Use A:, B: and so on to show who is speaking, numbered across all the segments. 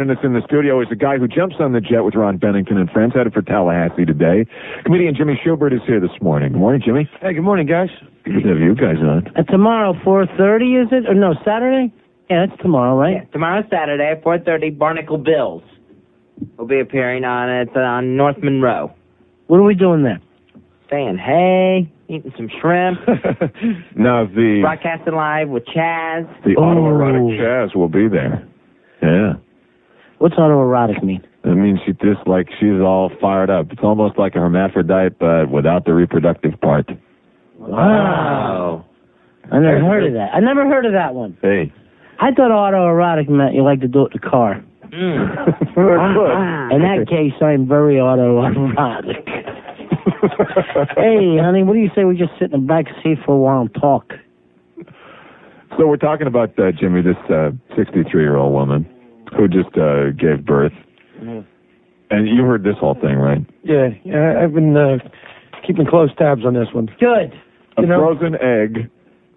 A: And that's in the studio is the guy who jumps on the jet with Ron Bennington and friends, headed for Tallahassee today. Comedian Jimmy Schubert is here this morning. Good morning, Jimmy.
B: Hey, good morning, guys.
A: Good to have you guys on.
C: Uh, tomorrow, 4.30, is it? Or no, Saturday? Yeah, that's tomorrow, right?
D: Tomorrow, Saturday, at 4.30, Barnacle Bills will be appearing on it uh, on North Monroe.
C: What are we doing there?
D: Saying hey, eating some shrimp,
A: now the
D: broadcasting live with Chaz.
A: the
C: Oh.
A: autoerotic Chaz will be there. Yeah,
C: What's autoerotic mean?
A: I mean she just like she's all fired up. It's almost like a hermaphrodite, but without the reproductive part.
D: Wow.
C: I never heard of that. I never heard of that one.
A: Hey,
C: I thought autoerotic meant you like to do it in the car. Ah,
D: Mm.
C: In that case, I'm very autoerotic. hey, honey, what do you say we just sit in the back seat for a while and talk?
A: So we're talking about uh, Jimmy, this uh, 63-year-old woman who just uh, gave birth,
B: Mhm.
A: and you heard this whole thing, right?
B: Yeah, yeah, I've been uh, keeping close tabs on this one.
C: Good.
A: A
B: You know-
A: frozen egg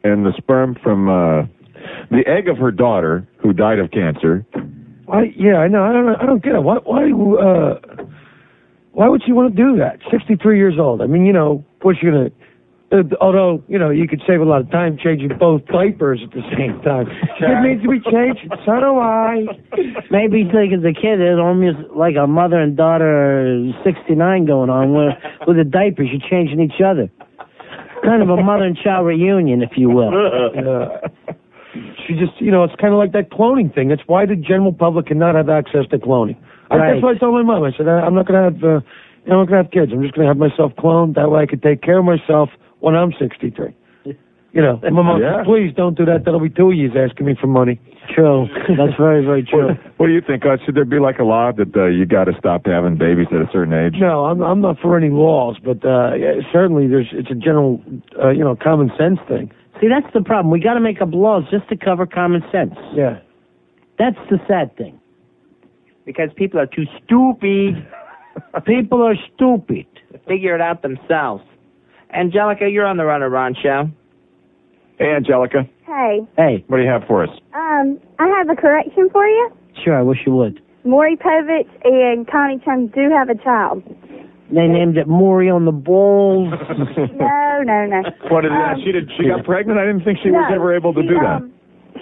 A: and the sperm from uh, the egg of her daughter who died of cancer.
B: I, yeah, I know. I don't. I don't get it. Why? Why? Uh, why would you want to do that? Sixty-three years old. I mean, you know, what's you gonna? Uh, although, you know, you could save a lot of time changing both diapers at the same time. It needs to be changed. So do I.
C: Maybe think as a kid, it's almost like a mother and daughter 69 going on where, with the diapers, you're changing each other. Kind of a mother and child reunion, if you will.
B: Uh, she just, you know, it's kind of like that cloning thing. That's why the general public cannot have access to cloning. I,
C: Right.
B: that's what I told my mom. I said, I, I'm not going to have, uh, you know, I'm not going to have kids. I'm just going to have myself cloned. That way I could take care of myself when I'm 63. You know, and my mom
A: Yeah.
B: said, please don't do that. That'll be two years asking me for money.
C: True. That's very, very true.
A: What, what do you think? Uh, should there be like a law that uh, you got to stop having babies at a certain age?
B: No, I'm, I'm not for any laws, but uh, yeah, certainly there's it's a general, uh, you know, common sense thing.
C: See, that's the problem. We got to make up laws just to cover common sense.
B: Yeah.
C: That's the sad thing.
D: Because people are too stupid
C: People are stupid.
D: to figure it out themselves. Angelica, you're on the Runner Ron show.
A: Hey, Angelica,
E: Hey,
C: Hey,
A: what do you have for us?
E: um, I have a correction for you.
C: sure, I wish you would.
E: Maury Povich and Connie Chung do have a child.
C: They named it Maury on the balls.
E: No, no, no.
A: What is that?
E: Um,
A: She did. She got pregnant. I didn't think she was
E: no,
A: ever able to
E: she,
A: do that.
E: um,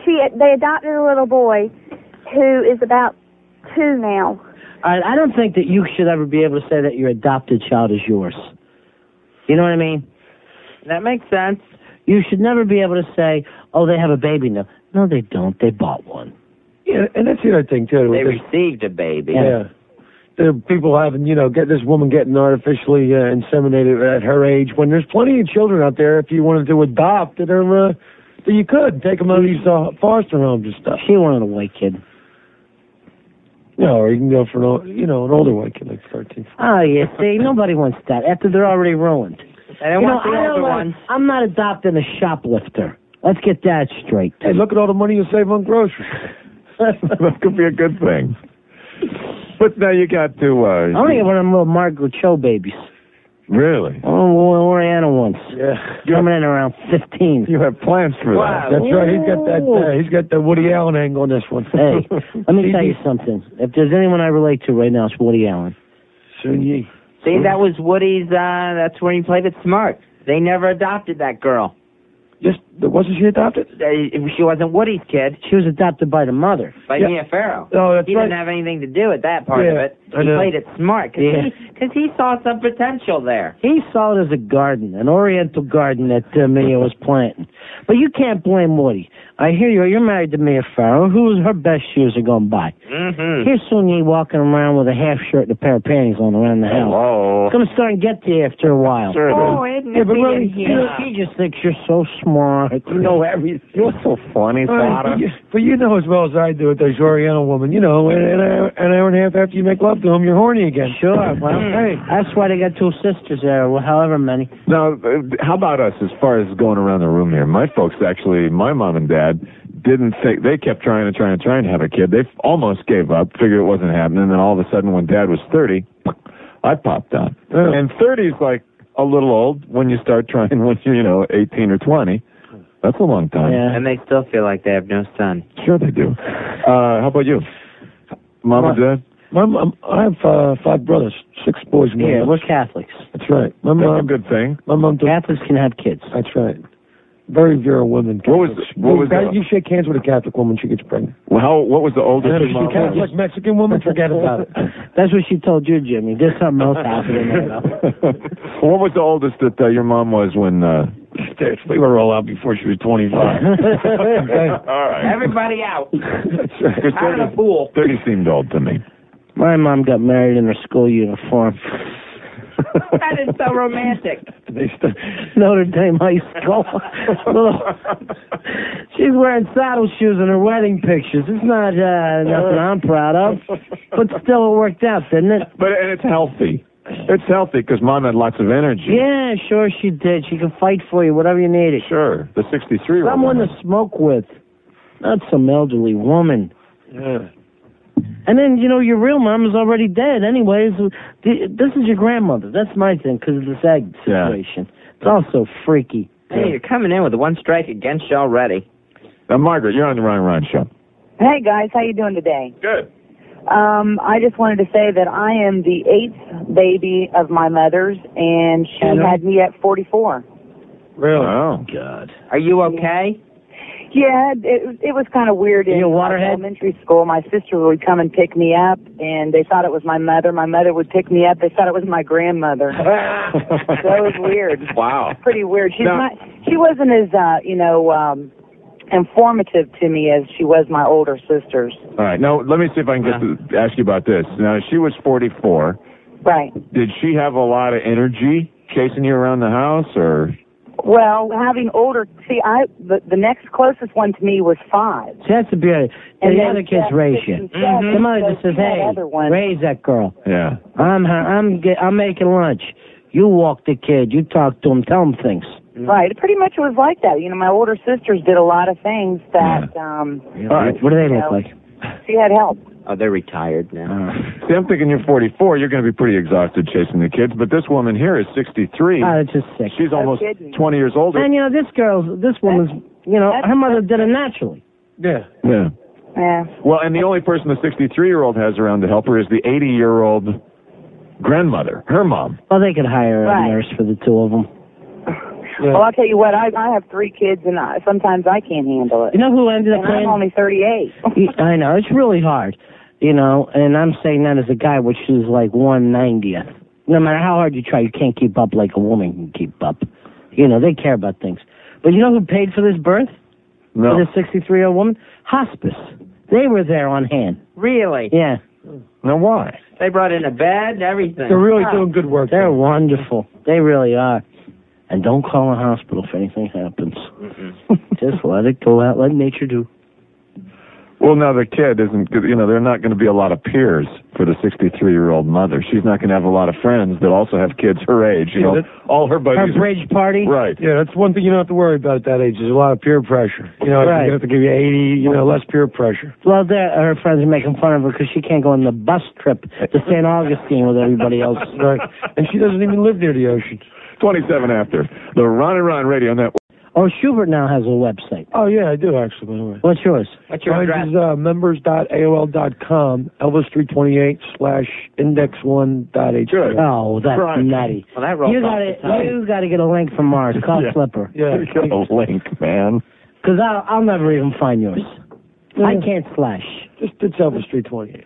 E: she they adopted a little boy who is about two now.
C: I, I don't think that you should ever be able to say that your adopted child is yours. You know what I mean?
D: That makes sense.
C: You should never be able to say, "Oh, they have a baby now." No, they don't. They bought one.
B: Yeah, and that's the other thing, too.
D: They
B: There's-
D: received a baby.
B: Yeah. There are people having, you know, get this woman getting artificially uh, inseminated at her age when there's plenty of children out there if you wanted to adopt that are, uh, that you could take them out of these uh, foster homes and stuff.
C: She wanted a white kid.
B: You know, or you can go for an, ol- you know, an older one, kid like 13.
C: Oh, you see, nobody wants that after they're already ruined.
D: I don't
C: you know,
D: want the
C: I
D: older
C: don't
D: ones.
C: want, I'm not adopting a shoplifter. Let's get that straight.
B: Hey, look at all the money you save on groceries.
A: that could be a good thing. But now you got to. Uh,
C: I want to get one of them little Margaret Cho babies.
A: Really?
C: Oh, Oriana wants.
B: Yeah.
C: Coming in around 15.
A: You have plans for
D: Wow.
B: That's right. He's got that. Uh, he's got the Woody Allen angle on this one.
C: Hey, let me tell you something. If there's anyone I relate to right now, it's Woody Allen.
B: Soon ye.
D: See, that was Woody's, uh, that's when he played it smart. They never adopted that girl.
B: Just wasn't she adopted?
D: They, she wasn't Woody's kid,
C: She was adopted by the mother.
D: by
B: Yeah.
D: Mia Farrow.
B: Oh, that's
D: he
B: right.
D: didn't have anything to do with that part of
B: Yeah,
D: it.
B: I
D: He
B: know.
D: played it smart because
C: Yeah.
D: he saw some potential there.
C: He saw it as a garden, an oriental garden that uh, Mia was planting. But you can't blame Woody. I hear you. You're married to Mia Farrow. Who's her best shoes are going by?
A: Hmm.
D: Mm-hmm.
C: Here's Sun Yi walking around with a half shirt and a pair of panties on around the house.
A: Hello.
C: It's going to start and get to you after a while.
A: Sure it is.
D: isn't
B: Yeah, but really,
C: He, he just thinks you're so smart. You know everything.
A: You're so funny,
B: Right,
A: Sara.
B: but, you, but you know as well as I do with those Oriental women, you know, an, an, hour, an hour and a half after you make love to them, you're horny again.
C: Sure. Well,
A: Hmm.
B: Hey.
C: that's why they got two sisters there, or however many.
A: Now, uh, how about us as far as going around the room here? My folks actually, my mom and dad didn't think they kept trying and trying and trying to have a kid. They almost gave up, figured it wasn't happening, and then all of a sudden, when dad was thirty, I popped out.
B: Yeah.
A: And thirty's like a little old when you start trying when you're you know eighteen or twenty. That's a long time.
C: Yeah.
D: And they still feel like they have no son.
A: Sure they do. Uh, how about you? mom and dad?
B: My mom, I have uh, five brothers, six boys. and one
C: Yeah,
B: girl.
C: we're Catholics.
B: that's right. My
A: That's a
B: mom,
A: good thing.
B: my mom, took,
C: Catholics can have kids.
B: that's right. Very virile woman.
A: What was
B: Catholics.
A: the- what was
B: you,
A: the-
B: you shake hands with a Catholic woman, she gets pregnant.
A: Well, how, what was the oldest
B: If
A: your
B: she's
A: mom
B: a
A: was?
B: Catholic Mexican woman, forget about it.
C: That's what she told you, Jimmy. There's something else happening there. though.
A: what was the oldest that uh, your mom was when? Uh...
B: we were all out before she was 25.
A: All right.
D: Everybody out.
A: That's right. 'Cause
D: Out
A: 30,
D: of the pool.
A: 30 seemed old to me.
C: My mom got married in her school uniform.
D: That is so romantic.
B: they st-
C: Notre Dame High School. Little- She's wearing saddle shoes in her wedding pictures. It's not uh, nothing I'm proud of, but still it worked out, didn't it?
A: But and it's healthy. It's healthy because mom had lots of energy.
C: Yeah, sure she did. She could fight for you, whatever you needed.
A: Sure. The 63 year old.
C: Someone to smoke with, not some elderly woman.
B: yeah.
C: And then you know your real mom is already dead, anyways. The- This is your grandmother. That's my thing because of this egg
A: Yeah.
C: situation. It's also freaky.
D: Hey, you're coming in with one strike against you already.
A: Now, Margaret, you're on the Ryan Ryan show.
F: Hey guys, how you doing today?
A: Good.
F: Um, I just wanted to say that I am the eighth baby of my mother's, and she had me at 44.
B: Really?
A: Wow.
C: God.
D: Are you okay?
F: Yeah, it, it was kind of weird in
C: You a waterhead?
F: elementary school. My sister would come and pick me up, and they thought it was my mother. My mother would pick me up. They thought it was my grandmother.
A: that
F: That was weird.
A: Wow.
F: Pretty weird. She's
A: Now-
F: not. She wasn't as uh, you know um, informative to me as she was my older sisters.
A: All right. Now, let me see if I can get to ask you about this. Now, she was 44.
F: Right.
A: Did she have a lot of energy chasing you around the house, or?
F: Well, having older, see, I the, the next closest one to me was five.
C: She has to be. A,
F: And
C: the
F: then
C: other
F: she
C: kids
F: had
C: raise
F: six
C: you.
F: and seven,
C: The mother
F: so
C: just says,
F: she had
C: "Hey,
F: other ones."
C: raise that girl.
A: Yeah.
C: I'm her, I'm ge- I'm making lunch. You walk the kid. You talk to him. Tell him things."
F: Right. Pretty much it was like that. You know, my older sisters did a lot of things that um
A: All right.
C: What do they look
F: Yeah.
C: like?
F: she had help.
D: Oh, they're retired now.
A: Uh, See, I'm thinking you're 44. You're going to be pretty exhausted chasing the kids. But this woman here is 63.
C: Oh, it's just sick.
A: She's almost
F: kidding.
A: 20 years older.
C: And you know this girl's, this woman's, you know, her mother did it naturally.
B: Yeah.
A: Yeah.
F: Yeah.
A: Well, and the only person the 63 year old has around to help her is the 80 year old grandmother, her mom.
C: Well, they could hire
F: Right.
C: a nurse for the two of them.
F: Well, I'll tell you what. I I have three kids, and I, sometimes I can't handle it.
C: You know who ended up
F: and I'm
C: playing?
F: only 38.
C: Y- I know it's really hard, you know, and I'm saying that as a guy, which is like one ninetieth. No matter how hard you try, you can't keep up like a woman can keep up. You know, they care about things. But you know who paid for this birth
A: No.
C: for this sixty three year old woman? Hospice. They were there on hand.
D: Really?
C: Yeah,
A: Now, why?
D: They brought in a bed and
B: They're
D: everything.
B: really doing good work.
C: they're wonderful. They really are. And don't call a hospital if anything happens. Just let it go out. Let nature do.
A: Well, now the kid isn't, you know, they're not going to be a lot of peers for the 63 year old mother. She's not going to have a lot of friends that also have kids her age. You
B: Yeah,
A: know,
B: that-
A: all her
C: Her
A: buddies.
C: bridge party.
A: right.
B: Yeah, that's one thing you don't have to worry about at that age. There's a lot of peer pressure. You know,
C: Right.
B: you have to give you 80, you know, less peer pressure.
C: Well, there, her friends are making fun of her because she can't go on the bus trip to St. Augustine with everybody else.
B: Right. and she doesn't even live near the ocean.
A: 27 after. The Ron and Ron Radio Network.
C: Oh, Schubert now has a website.
B: Oh, yeah, I do, actually, by the way.
C: What's yours?
D: What's your
B: Mine
D: address?
B: is uh, members.aol.com, Elvis328 slash index1.h.
A: Good.
C: Oh, that's
A: Right.
C: nutty.
D: Well, that rolls
C: You
D: off
C: got
D: the
C: it.
D: tongue.
C: You got to get a link from Mars. Call
A: Yeah.
C: Flipper,
B: Yeah.
A: There you go, link, man.
C: because I'll, I'll never even find yours. I can't slash.
B: Just it's Elvis328.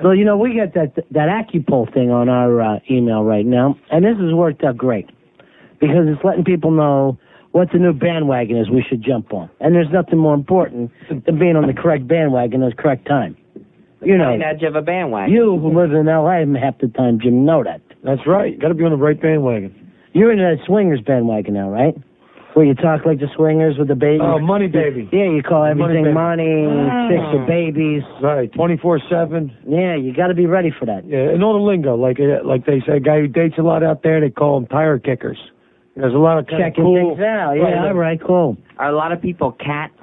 C: So you know we got that that AccuPoll thing on our uh, email right now, and this has worked out great because it's letting people know what the new bandwagon is we should jump on, and there's nothing more important than being on the correct bandwagon at the correct time. You know,
D: Cutting edge of a bandwagon.
C: you who live in L.A. half the time, Jim, know that.
B: That's right. Got to be on the right bandwagon.
C: You're into that swingers bandwagon now, right? Where you talk like the swingers with the babies.
B: Oh, money baby.
C: yeah, you call everything
B: baby. Oh.
C: money, chicks are babies.
B: Right, 24-7.
C: Yeah, you got to be ready for that.
B: Yeah, and all the lingo, like uh, like they say, a guy who dates a lot out there, they call them tire kickers. There's a lot of kind of
C: Checking
B: cool.
C: things out. Yeah,
B: Right,
C: all
B: like-
C: right, cool.
D: Are a lot of people cats?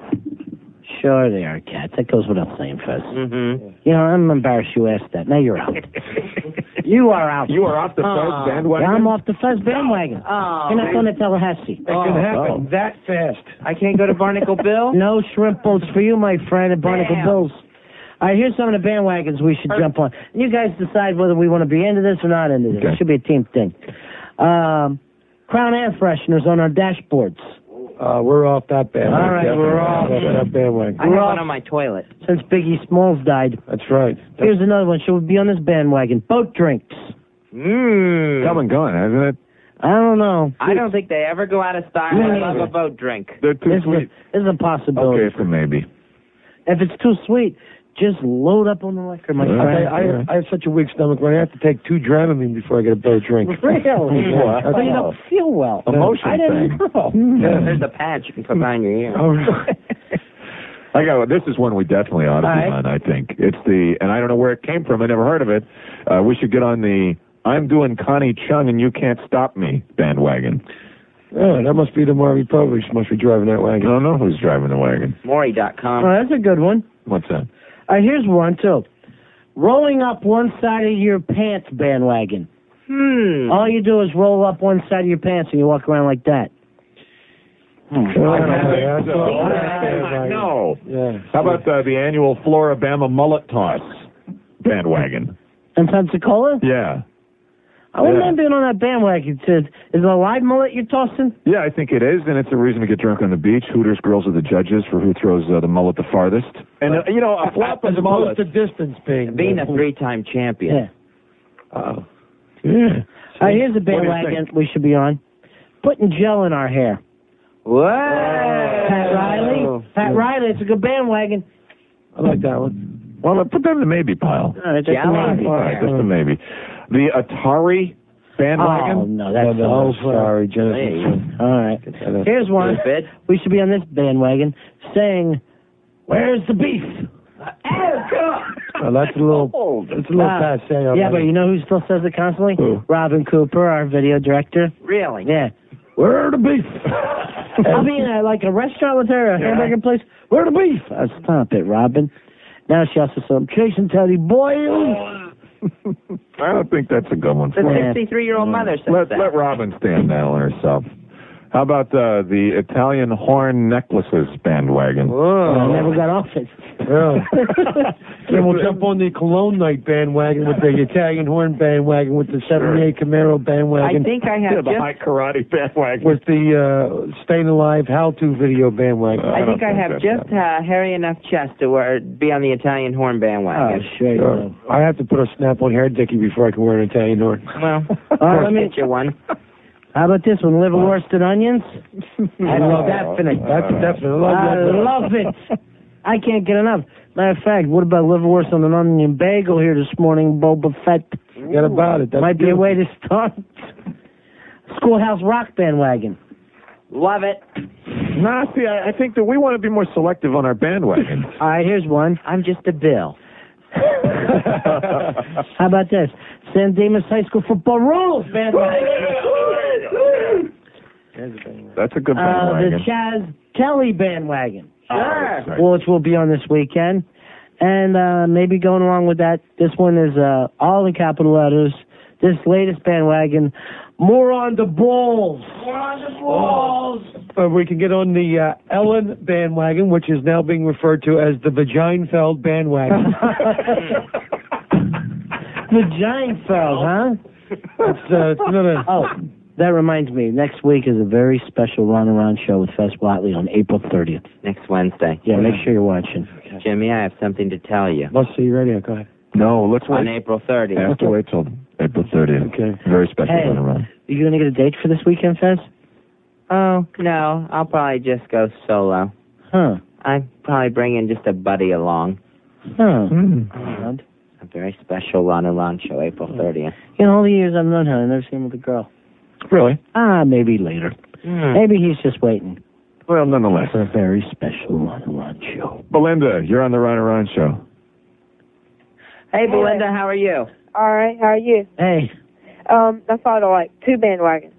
C: Sure, they are cats. That goes without saying, Fez.
D: Mm-hmm.
C: You know, I'm embarrassed you asked that. Now you're out. you are out. Ah.
A: You are off the first bandwagon.
C: I'm off the Fez bandwagon.
D: Oh,
C: you're not going to Tallahassee. Oh,
B: It can happen Ah, that fast.
D: I can't go to Barnacle Bill?
C: No shrimp boats for you, my friend, at Barnacle
D: Damn.
C: Bills. All right, here's some of the bandwagons we should jump on. And you guys decide whether we want to be into this or not into this.
A: Okay.
C: It should be a team thing. Um, Crown air fresheners on our dashboards.
B: Uh, we're off that bandwagon.
C: All right, we're off.
B: that bandwagon.
D: I have one on my toilet.
C: Since Biggie Smalls died,
B: That's right. That's,
C: here's another one. Should we be on this bandwagon? Boat drinks.
B: Hmm.
D: Mmm.
A: Come and gone, hasn't it?
C: I don't know.
D: I don't think they ever go out of style. I love a boat drink.
A: They're too
C: This is, a,
A: sweet.
C: this is a possibility.
A: Okay, so maybe.
C: If it's too sweet, just load up on the liquor, my
A: Yeah.
C: friend.
B: I, I, I have such a weak stomach right I have to take two Dramamine before I get a better drink.
C: Really?
A: Wow.
C: So you don't feel well.
A: Emotion
C: I didn't
A: thing.
C: know.
A: Yeah.
D: There's a patch you can put behind your ear.
B: Oh,
A: I got this is one we definitely ought to
C: All
A: be on.
C: right.
A: I think it's the and I don't know where it came from. I never heard of it. Uh, we should get on the I'm doing Connie Chung and you can't stop me bandwagon.
B: yeah, that must be the Marvy Povich must be driving that
A: I
B: wagon.
A: don't know who's driving the wagon.
D: Maury.com.
C: Oh, that's a good one.
A: What's that?
C: Uh, here's one too. Rolling up one side of your pants bandwagon.
D: Hmm.
C: All you do is roll up one side of your pants and you walk around like that.
B: Oh,
A: I don't
B: yeah,
A: think
B: that's
A: so.
B: all-
A: Ah, No.
B: Yeah.
A: How about uh, the annual Florabama mullet toss bandwagon?
C: In Pensacola?
A: Yeah.
C: I wouldn't
A: Yeah.
C: mind being on that bandwagon. Is, is it a live mullet you're tossing?
A: Yeah, I think it is, and it's a reason to get drunk on the beach. Hooters girls are the judges for who throws uh, the mullet the farthest. And uh, you know, a flop
B: As
A: of the mullet.
B: opposed to distance being.
D: Being a three-time champion.
B: Uh-oh.
A: yeah.
C: All right, Uh, here's a
A: do you
C: bandwagon we should be on. Putting gel in our hair.
D: Whoa.
C: Pat
A: Oh.
C: Riley. Pat Riley, it's a good bandwagon.
B: I like that one.
A: Well, put that in the maybe pile.
C: All right, that's
D: Yeah, I
C: a
D: like
C: maybe.
A: All right, just a maybe. The Atari
C: Oh
A: bandwagon.
C: no, that's
B: oh, sorry,
D: Hey.
B: Genesis.
C: all right.
B: don't-
C: Here's one.
D: Good.
C: We should be on this bandwagon saying, "Where's the beef?"
B: Well, that's a little, that's a little
C: Ah,
B: passe. on
C: yeah,
B: that.
C: but you know who still says it constantly?
B: Who?
C: Robin Cooper, our video director.
D: Really?
C: Yeah.
B: Where the beef?
C: I mean, uh, like a restaurant with her, a hamburger place.
B: Where the beef?
C: Uh, stop it, Robin. Now she also said, I'm chasing Teddy Boyle.
A: I don't think that's a good one.
D: The
A: Let,
C: Yeah.
D: 63-year-old mother says
A: let,
D: that.
A: let Robin stand that on herself. How about uh, the Italian horn necklaces bandwagon? Uh,
C: Oh. I
B: Whoa.
C: never got off it.
B: Yeah. Then we'll jump on the Cologne night bandwagon with the Italian horn bandwagon with the 78
D: I
B: Camaro bandwagon.
D: think I
A: Yeah,
D: have
A: the
D: just,
A: high karate bandwagon.
B: with the uh, Staying Alive How To video bandwagon.
A: Uh,
D: I, think
A: don't
D: I
A: think
D: have
A: that's
D: just uh, hairy enough chest to wear, be on the Italian horn
C: Oh,
D: bandwagon.
C: sure you
B: Uh,
C: will.
B: I have to put a snap on hair dicky before I can wear an Italian horn.
D: Well,
C: All right,
D: I'll
C: let me-
D: get you one.
C: How about this one? Liverwurst and onions? I love
A: definite.
B: That's definitely. I love
C: I
B: that.
C: love it. I can't get enough. Matter of fact, what about liverwurst on an onion bagel here this morning, Boba Fett?
B: Forget about it. That's
C: Might be a
B: beautiful.
C: way to start. Schoolhouse rock bandwagon.
D: Love it.
A: Nah, see, I, I think that we want to be more selective on our bandwagon.
C: All right, here's one.
D: I'm just a bill.
C: How about this? San Dimas High School football rules bandwagon.
A: That's a good
C: Uh, the
A: bandwagon.
C: Chaz Kelly bandwagon,
A: Sure.
C: which will be on this weekend. And uh, maybe going along with that, this one is uh, all in capital letters. This latest bandwagon, more on the balls.
B: Uh, we can get on the uh, Ellen bandwagon, which is now being referred to as the Vaginefeld bandwagon.
C: The giant fell, huh?
B: it's, uh, it's another.
C: Oh, that reminds me. Next week is a very special runaround show with Fess Watley on April 30th.
D: Next Wednesday.
C: Yeah, make sure you're watching.
D: Jimmy, I have something to tell you.
B: Must see radio. Go ahead.
A: no, let's
D: On
A: wait.
D: April 30th.
A: I have to wait till April 30th.
B: Okay.
A: Very special
C: Hey.
A: runaround.
C: Are you going to get a date for this weekend, Fess?
D: Oh, no. I'll probably just go solo.
C: Huh.
D: I'm probably bringing just a buddy along.
C: Huh.
A: Hmm.
D: A very special Lana Ron show, April 30th.
C: In all the years I've known her, I've never seen him with a girl.
A: Really? Hmm.
C: Ah, maybe later. Maybe he's just waiting
A: Well, nonetheless.
C: for a very special one-on-one show.
A: Belinda, you're on the Ron and Ron show.
D: Hey, Belinda, how are you?
E: All right, how are you?
C: Hey,
E: Um, I follow like two bandwagons.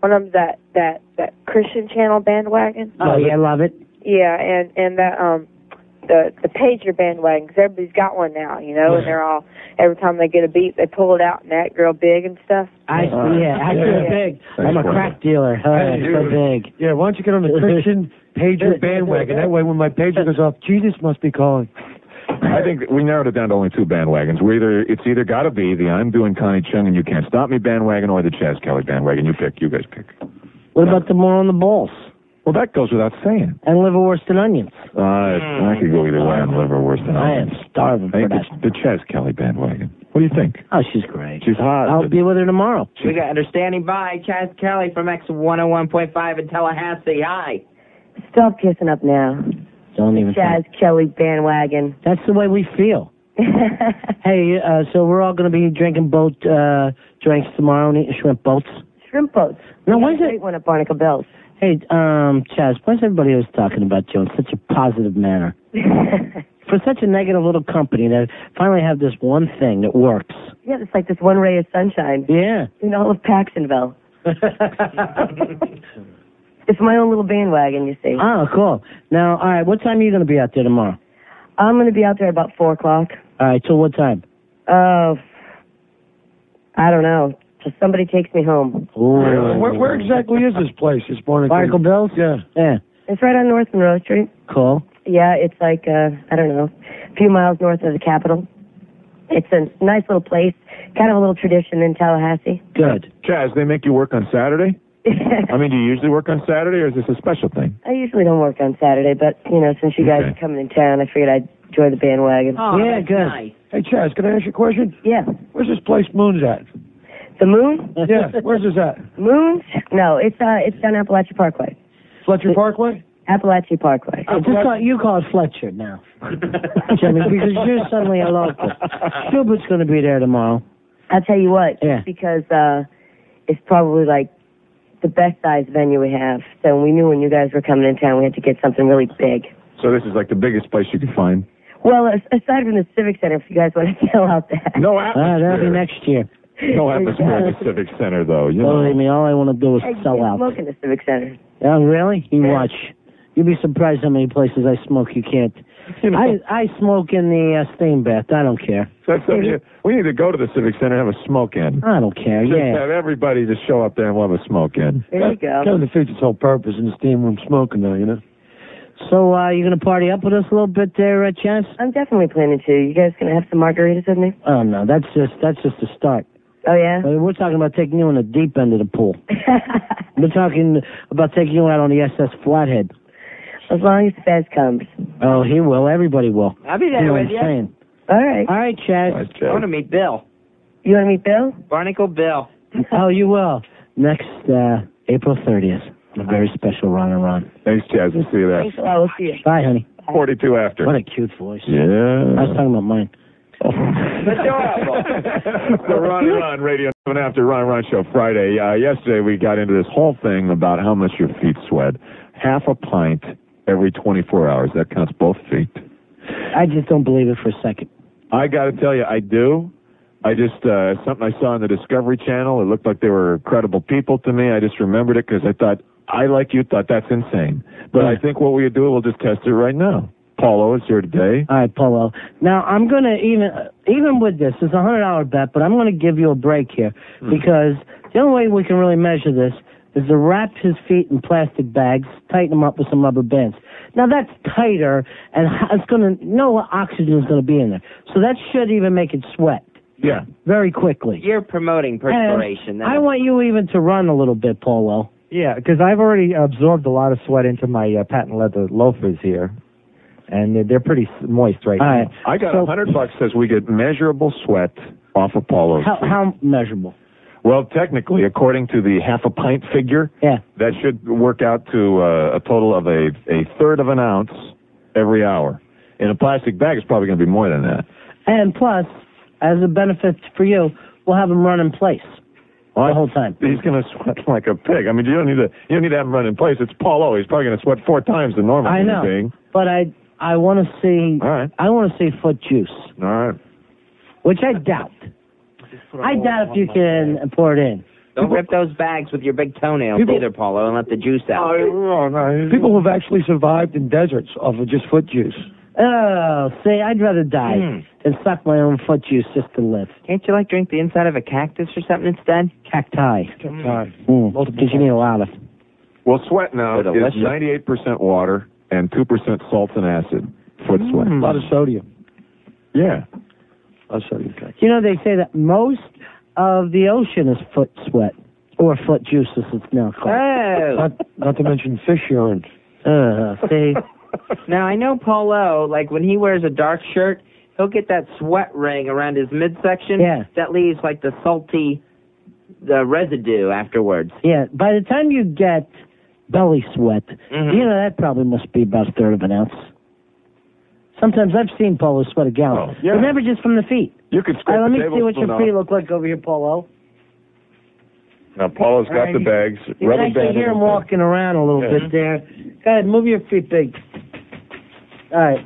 E: One of them that that that Christian channel bandwagon.
C: oh yeah, love it.
E: Yeah, and and the um the the pager bandwagons. Everybody's got one now, you know, and they're all every time they get a beat, they pull it out and act real big and stuff.
C: I yeah, I feel big. I'm a crack dealer. Huh?
B: Hey,
C: so
B: dude.
C: big.
B: Yeah, why don't you get on the Christian pager bandwagon? That way, when my pager goes off, Jesus must be calling.
A: I think we narrowed it down to only two bandwagons. We're either it's either got to be the I'm doing Connie Chung and you can't stop me bandwagon or the Chaz Kelly bandwagon. You pick. You guys pick.
C: What about the more on the balls
A: Well, that goes without saying.
C: and liverwurst and onions?
A: Uh, I could go either way on liverwurst and
C: Hmm. I am
A: onions.
C: starving
A: I think
C: for that.
A: the, the Chaz Kelly bandwagon. What do you think?
C: Oh, she's great.
A: She's hot.
C: I'll be with her tomorrow.
D: We got understanding by Chaz Kelly from X 101.5 in Tallahassee. Hi.
G: Stop kissing up now.
C: Don't even.
G: Jazz
C: Think.
G: Kelly bandwagon.
C: That's the way we feel. Hey, uh, so we're all going to be drinking boat uh, drinks tomorrow and eating shrimp boats.
G: Shrimp boats.
C: Now,
G: We
C: why
G: had
C: is
G: a
C: it-
G: Great one at Barnacle Bells.
C: Hey, um, Chaz, why is everybody always talking about you in such a positive manner?
G: yeah,
C: For such a negative little company that finally have this one thing that works.
G: it's like this one ray of sunshine
C: Yeah.
G: in all of Paxtonville.
C: oh,
G: It's my own little bandwagon, you see.
C: Ah, cool. Now, all right, what time are you going to be out there tomorrow?
G: I'm going to be out there about four o'clock.
C: All right, till what time?
G: Oh, I don't know. Till somebody takes me home.
C: Ooh.
B: Where, where exactly is this place? It's Barnacle.
C: Barnacle Bills?
B: Yeah.
C: Yeah.
G: It's right on North Monroe Street.
C: Cool.
G: Yeah, it's like uh, I don't know, a few miles north of the Capitol. It's a nice little place, kind of a little tradition in Tallahassee.
C: Good.
A: Chaz, they make you work on Saturday. I mean, do you usually work on Saturday, or is this a special thing?
G: I usually don't work on Saturday, but you know, since you guys
A: Okay.
G: are coming in town, I figured I'd join the bandwagon.
D: Oh,
C: Yeah,
D: that's
C: good.
D: Nice.
B: Hey, Chaz, can I ask you a question?
G: Yeah,
B: Where's this place Moon's at?
G: the moon,
B: Yeah, where's this at?
G: moons? No, it's uh, it's down Appalachia Parkway,
B: Fletcher Parkway?
G: Appalachia Parkway.
C: Just call, you call it Fletcher now, Jimmy, because you're suddenly a local. Schubert's going to be there tomorrow.
G: I'll tell you what,
C: Yeah.
G: because uh, it's probably like the best sized venue we have. So we knew when you guys were coming in town, we had to get something really big.
A: So this is like the biggest place you can find.
G: Well, as- aside from the Civic Center, if you guys want to fill out that.
A: No
C: Ah,
A: atmosphere.
C: that'll be next year.
A: No atmosphere at the Civic Center, though. Oh, You know.
C: Believe me, all I want to do is
G: I can't
C: sell out.
G: smoke in the Civic Center.
C: Oh, really? You
G: Yeah.
C: watch. You'd be surprised how many places I smoke you can't. I I smoke in the uh, steam bath. I don't care.
A: That's something you- we need to go to the Civic Center and have a smoke in.
C: I don't care.
A: Just
C: Yeah.
A: have everybody just show up there and we'll have a smoke in.
G: There you go.
B: Kind of defeats its whole purpose in the steam room smoking, though, you know?
C: So uh, you gonna party up with us a little bit there, uh, Chance?
G: I'm definitely planning to. You guys gonna have some margaritas with me?
C: Oh no, that's just that's just a start.
G: Oh yeah.
C: I mean, we're talking about taking you in the deep end of the pool. We're talking about taking you out on the SS Flathead.
G: as long as the Fez comes.
C: Oh, he will. Everybody will.
D: I'll be
C: You
D: there
C: know what
D: with
C: I'm
D: you.
C: saying?
G: All right.
C: All right, Chaz.
A: Right,
D: I
A: Joe?
D: want to meet Bill.
G: You want to meet Bill?
D: Barnacle Bill.
C: Oh, you will. Next uh, April 30th. A very special Ron and Ron.
A: Thanks, Chaz. We'll see you there.
G: Thanks a lot. We'll see you.
C: Bye, honey.
A: 42 after.
C: What a cute voice. I was
A: Yeah.
C: talking about mine.
D: Adorable.
A: the Ron and Ron Radio 7 After Ron and Ron Show Friday. Uh, yesterday we got into this whole thing about how much your feet sweat. Half a pint every 24 hours. That counts both feet.
C: I just don't believe it for a second.
A: I got to tell you, I do. I just uh, something I saw on the Discovery Channel. It looked like they were credible people to me. I just remembered it because I thought I, like you, thought that's insane. But I
C: Yeah.
A: think what we do, we'll just test it right now. Paulo is here today.
C: All right, Polo. Now I'm gonna even uh, even with this, it's a hundred dollar bet, but I'm gonna give you a break here because the only way we can really measure this is to wrap his feet in plastic bags, tighten them up with some rubber bands. Now that's tighter, and h- it's gonna no oxygen is gonna be in there, so that should even make it sweat
A: Yeah.
C: very quickly.
D: You're promoting perspiration.
C: And I want you even to run a little bit, Polo.
H: Yeah, because Uh, I've already absorbed a lot of sweat into my uh, patent leather loafers here, and they're, they're pretty s- moist right
C: All right.
A: I got
C: So-
A: a hundred bucks. Says we get measurable sweat off of Paulo's.
C: How, how measurable?
A: Well, technically, according to the half a pint figure,
C: Yeah.
A: that should work out to uh, a total of a a third of an ounce every hour. In a plastic bag, it's probably going to be more than that.
C: And plus, as a benefit for you, we'll have him run in place the whole time.
A: He's going to sweat like a pig. I mean, you don't need to you don't need to have him run in place. It's Paulo. He's probably going to sweat four times the normal
C: I
A: human
C: know,
A: being.
C: but I I want to see
A: All right.
C: I want to see foot juice,
A: All right.
C: which I doubt. I doubt if you can pour it in.
D: Don't rip those bags with your big toenails
B: People-
D: either, Paulo, and let the juice out.
B: People have actually survived in deserts off of just foot juice. Hmm.
C: Oh, see, I'd rather die than suck my own foot juice just to live.
D: Hmm. Can't you like drink the inside of a cactus or something instead? Hmm.
C: Cacti,
B: Right.
C: mm.
B: Multiple
C: because you need a lot of.
A: Well, sweat now
D: Oh,
A: is
D: delicious.
A: 98% water and 2% salts and acid. Foot sweat.
B: A lot of sodium.
A: Yeah.
B: I'm sorry. okay.
C: You know, they say that most of the ocean is foot sweat or foot juice, as it's now called.
D: Oh.
B: Not, not to mention fish yarn.
C: Uh, see,
D: Now I know Polo, like when he wears a dark shirt, he'll get that sweat ring around his midsection
C: Yeah.
D: that leaves like the salty the residue afterwards.
C: yeah. By the time you get belly sweat,
A: Mm-hmm.
D: Mhm.
C: you know that probably must be about a third of an ounce. Sometimes I've seen Polo sweat a gallon.
A: Oh, yeah.
C: But never just from the feet.
A: You could
C: All
A: scrape
C: right, let
A: the
C: me see what
A: tablespoon
C: your
A: off.
C: feet look like over here, Polo.
A: Now, Paula's got the bags.
C: You
A: rubber
C: can actually
A: band
C: hear
A: in
C: him
A: the back.
C: walking around a little
A: Yeah.
C: bit there. Go ahead, move your feet big. All right.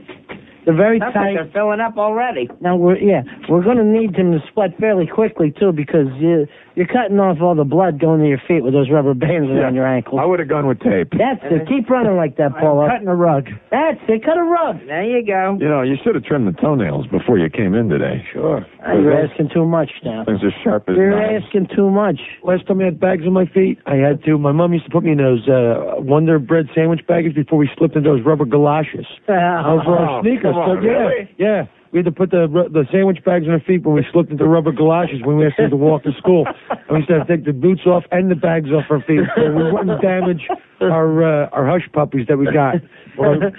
C: They're very
D: That's
C: tight.
D: like they're filling up already.
C: Now we're yeah, we're going to need them to sweat fairly quickly too because you you're cutting off all the blood going to your feet with those rubber bands around your
A: I
C: ankles.
A: would have gone with tape.
C: That's it. Keep running like that, Paula.
H: cutting a rug.
C: That's it. Cut a rug.
D: There you go.
A: You know, you should have trimmed the toenails before you came in today. Sure.
C: You're asking too much now.
A: Things are sharp as
C: You're
A: knives.
C: asking too much.
B: Last time I had bags on my feet, I had to. My mom used to put me in those uh, Wonder Bread sandwich bags before we slipped into those rubber galoshes. over
A: Oh,
B: our sneakers.
A: come on,
B: so, yeah,
A: really?
B: yeah. We had to put the ru- the sandwich bags on our feet when we slipped into rubber galoshes when we actually had to walk to school. And we used to have to take the boots off and the bags off our feet so we wouldn't damage our uh, our hush puppies that we got. Or, uh,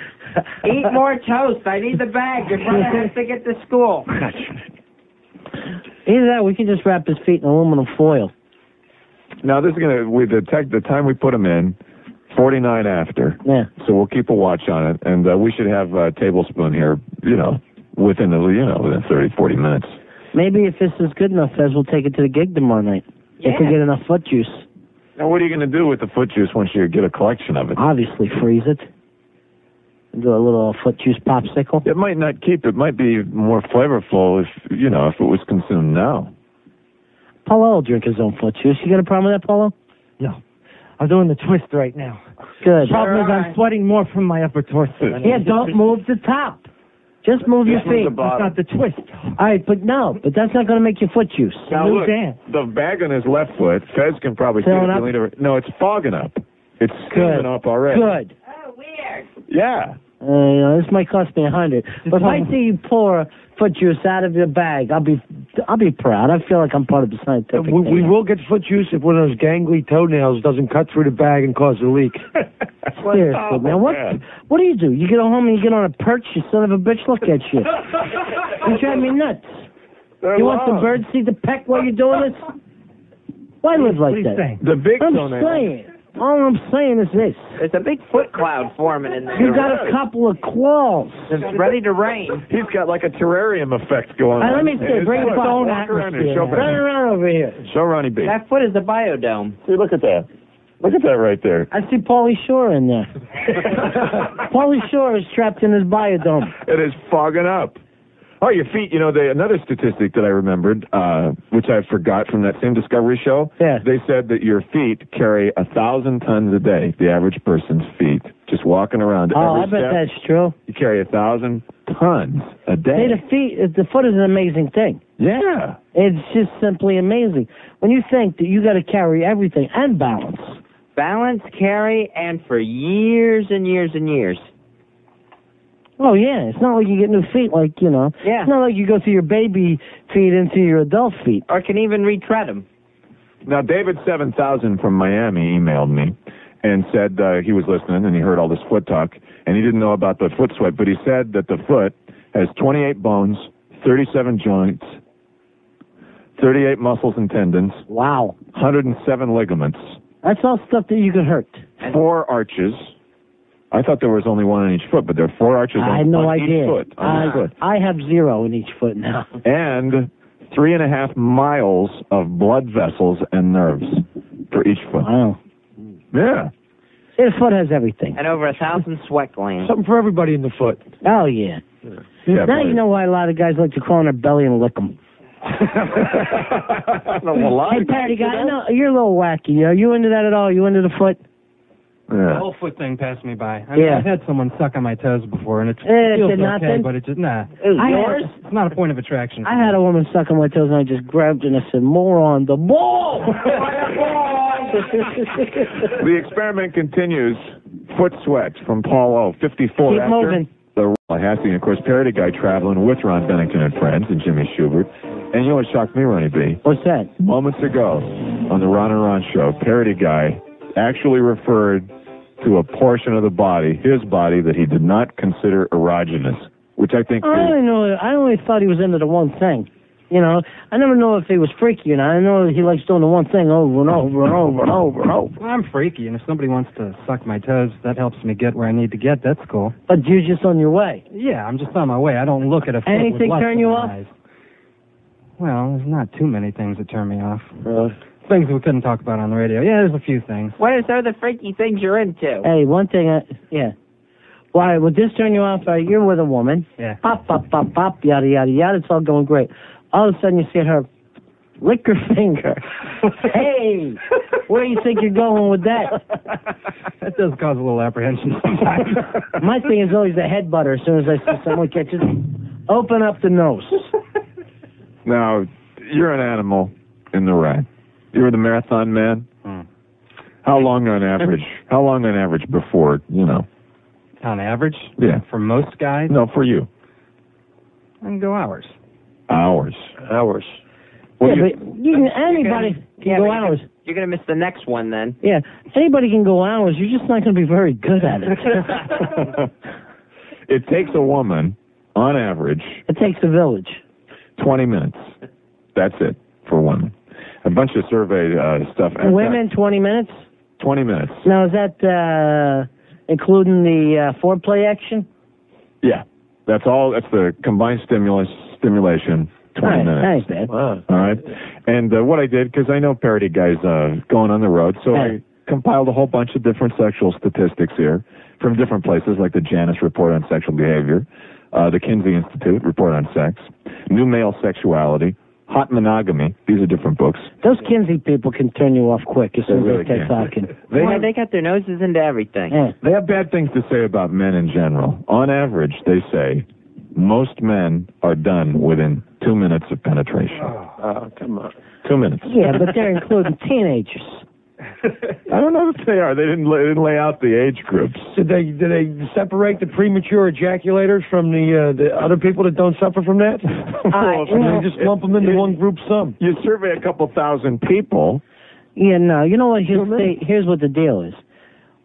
D: Eat more toast. I need the bag. Your brother has to get to school.
C: Either that, we can just wrap his feet in aluminum foil.
A: Now this is gonna we the tech the time we put them in, forty nine after.
C: Yeah.
A: So we'll keep a watch on it, and uh, we should have a tablespoon here. You know, within the you know within thirty forty minutes.
C: Maybe if this is good enough, Fez, we'll take it to the gig tomorrow night. If we
D: Yeah.
C: get enough foot juice,
A: Now what are you gonna do with the foot juice once you get a collection of it?
C: obviously freeze it. Do a little foot juice popsicle.
A: It might not keep. It might be more flavorful if you know if it was consumed now.
C: Polo will drink his own foot juice. You got a problem with that, Polo?
H: No. I'm doing the twist right now.
C: Good.
H: Problem is
D: I.
H: I'm sweating more from my upper torso. than-
C: Yeah, don't move the top. Just move your
A: Just move
C: feet.
A: the
H: That's
A: bottom.
H: not the twist.
C: All right, but no, but that's not going to make you foot juice.
A: Now
H: new
A: look,
H: dance.
A: the bag on his left foot. Fez can probably see it.
C: Filling up?
A: Lean over- No, it's fogging up. It's steaming up already.
C: Good.
D: Oh, weird.
A: Yeah.
C: Uh, you know, this might cost me a hundred, but if I see you pour foot juice out of your bag, I'll be, I'll be proud. I feel like I'm part of the scientific.
B: we, we
C: thing.
B: will get foot juice if one of those gangly toenails doesn't cut through the bag and cause a leak.
C: Seriously, now what?
A: Yeah.
C: What do you do? You get home and you get on a perch. You son of a bitch! Look at you. You drive me nuts.
A: They're
C: You want the
A: long.
C: bird seed to peck while you're doing this? Why live
H: What do
C: like
H: you
C: that?
H: think?
A: The big
C: I'm
A: toenail.
C: saying. All I'm saying is this:
D: There's a big foot cloud forming in there.
C: you got a couple of claws.
D: It's ready to rain.
A: He's got like a terrarium effect going
C: All
D: Uh,
A: on.
C: right, let me see. Bring
A: Walk
C: your phone
A: around here.
C: atmosphere.
A: Show,
C: Run around over here.
A: show Ronnie B.
D: That foot is the biodome.
A: See, look at that. Look at that right there.
C: I see Paulie Shore in there. Paulie Shore is trapped in his biodome.
A: it is fogging up. Oh, your feet. You know, they, another statistic that I remembered, uh, which I forgot from that same Discovery show.
C: Yeah.
A: They said that your feet carry a thousand tons a day. The average person's feet, just walking around.
C: Oh, I
A: every
C: bet
A: step,
C: that's true.
A: you carry a thousand tons a
C: Hey,
A: day.
C: the feet, the foot is an amazing thing.
A: yeah.
C: It's just simply amazing. When you think that you got to carry everything and balance.
D: Balance, carry, and for years and years and years.
C: Oh yeah, it's not like you get new feet, like you know.
D: Yeah.
C: It's not like you go through your baby feet into your adult feet.
D: Or can even retread them.
A: Now, David Seven Thousand from Miami emailed me and said uh, he was listening and he heard all this foot talk and he didn't know about the foot sweat, but he said that the foot has 28 bones, 37 joints, 38 muscles and tendons,
C: Wow,
A: 107 ligaments,
C: that's all stuff that you could hurt.
A: four arches. I thought there was only one on each foot, but there are four arches on,
C: I had no
A: on
C: idea.
A: each foot. On
C: I,
A: each foot.
C: I have zero in each foot now.
A: And three and a half miles of blood vessels and nerves for each foot.
C: Wow.
A: Yeah.
C: Your foot has everything.
D: And over a thousand sweat glands.
B: Something for everybody in the foot.
C: Oh yeah.
A: yeah
C: now
A: but-
C: you know why a lot of guys like to crawl on their belly and lick them. Hey, Patty, guy, I know you're a little wacky. Are you into that at all? You into the foot?
I: The
A: Yeah.
I: whole foot thing passed me by. I mean,
C: Yeah.
I: Oh, I've had someone suck on my toes before, and it's,
C: Eh,
I: it feels
C: did
I: okay,
C: nothing?
I: but it just nah.
C: I had-
I: It's not a point of attraction.
C: I had a woman sucking my toes and I just grabbed her and I said, Moron, the ball!
A: The experiment continues. Foot sweat from Paul O. 54.
C: Keep
A: after.
C: moving.
A: the Haskey, and of course, Parody Guy traveling with Ron Bennington and friends and Jimmy Schubert. And you know what shocked me, Ronnie B?
C: What's that?
A: Moments ago, on the Ron and Ron show, Parody Guy actually referred to a portion of the body, his body, that he did not consider erogenous, which I think
C: I only know. I only thought he was into the one thing. You know, I never know if he was freaky or not. I know he likes doing the one thing over and over and over and over and over.
I: Well, I'm freaky, and if somebody wants to suck my toes, that helps me get where I need to get. That's cool.
C: But you're just on your way.
I: Yeah, I'm just on my way. I don't look at a foot with
C: Anything
I: lust
C: turn
I: in
C: you
I: my
C: off?
I: Eyes. Well, there's not too many things that turn me off. Things we couldn't talk about on the radio. Yeah, there's a few things.
D: What are some of the freaky things you're into?
C: Hey, one thing. I, Uh, yeah. Why would this turn you off? Uh, you're with a woman.
I: Yeah.
C: Pop, pop, pop, pop. Yada, yada, yada. It's all going great. All of a sudden, you see her lick her finger. hey, where do you think you're going with that?
I: that does cause a little apprehension sometimes.
C: My thing is always the head butter. As soon as I see someone catches, open up the nose.
A: Now, you're an animal in the rat. You're the marathon man.
I: Hmm.
A: How long on average? How long on average before, you know?
I: on average,
A: Yeah.
I: for most guys,
A: No, for you.
I: I can go hours.
A: Hours. Hours.
C: yeah,
A: Well, you,
C: but you can, anybody
D: Yeah,
C: can go
D: but you
C: hours.
D: You're gonna miss the next one then.
C: Yeah, anybody can go hours. You're just not going to be very good at it.
A: it takes a woman, on average,
C: it takes a village.
A: 20 minutes. That's it for women. A bunch of survey uh, stuff.
C: Women, 20 minutes.
A: 20 minutes.
C: Now, is that uh, including the uh, foreplay action?
A: Yeah. That's all. That's the combined stimulus stimulation. 20
C: All right,
A: minutes.
C: that ain't bad.
A: All right. And uh, what I did, because I know parody guys uh, going on the road, so I
C: Right.
A: compiled a whole bunch of different sexual statistics here from different places, like the Janus Report on Sexual Behavior, uh, the Kinsey Institute Report on Sex, New Male Sexuality, Hot Monogamy. These are different books.
C: Those Kinsey people can turn you off quick as
A: They
C: soon
A: really
C: as they
A: can.
C: start talking.
A: They
D: Boy,
A: have,
D: they got their noses into everything.
C: Yeah.
A: they have bad things to say about men in general. On average, they say most men are done within two minutes of penetration.
B: Oh, come on.
A: Two minutes.
C: yeah, but they're including teenagers.
A: I don't know if they are. They didn't, they didn't lay out the age groups.
B: Did they did they separate the premature ejaculators from the uh, the other people that don't suffer from that?
J: Uh,
A: Well,
B: Or do they just lump them into
A: you-
B: one group sum?
A: You survey a couple thousand people.
C: Yeah, no. You know what? Here's, the, here's what the deal is.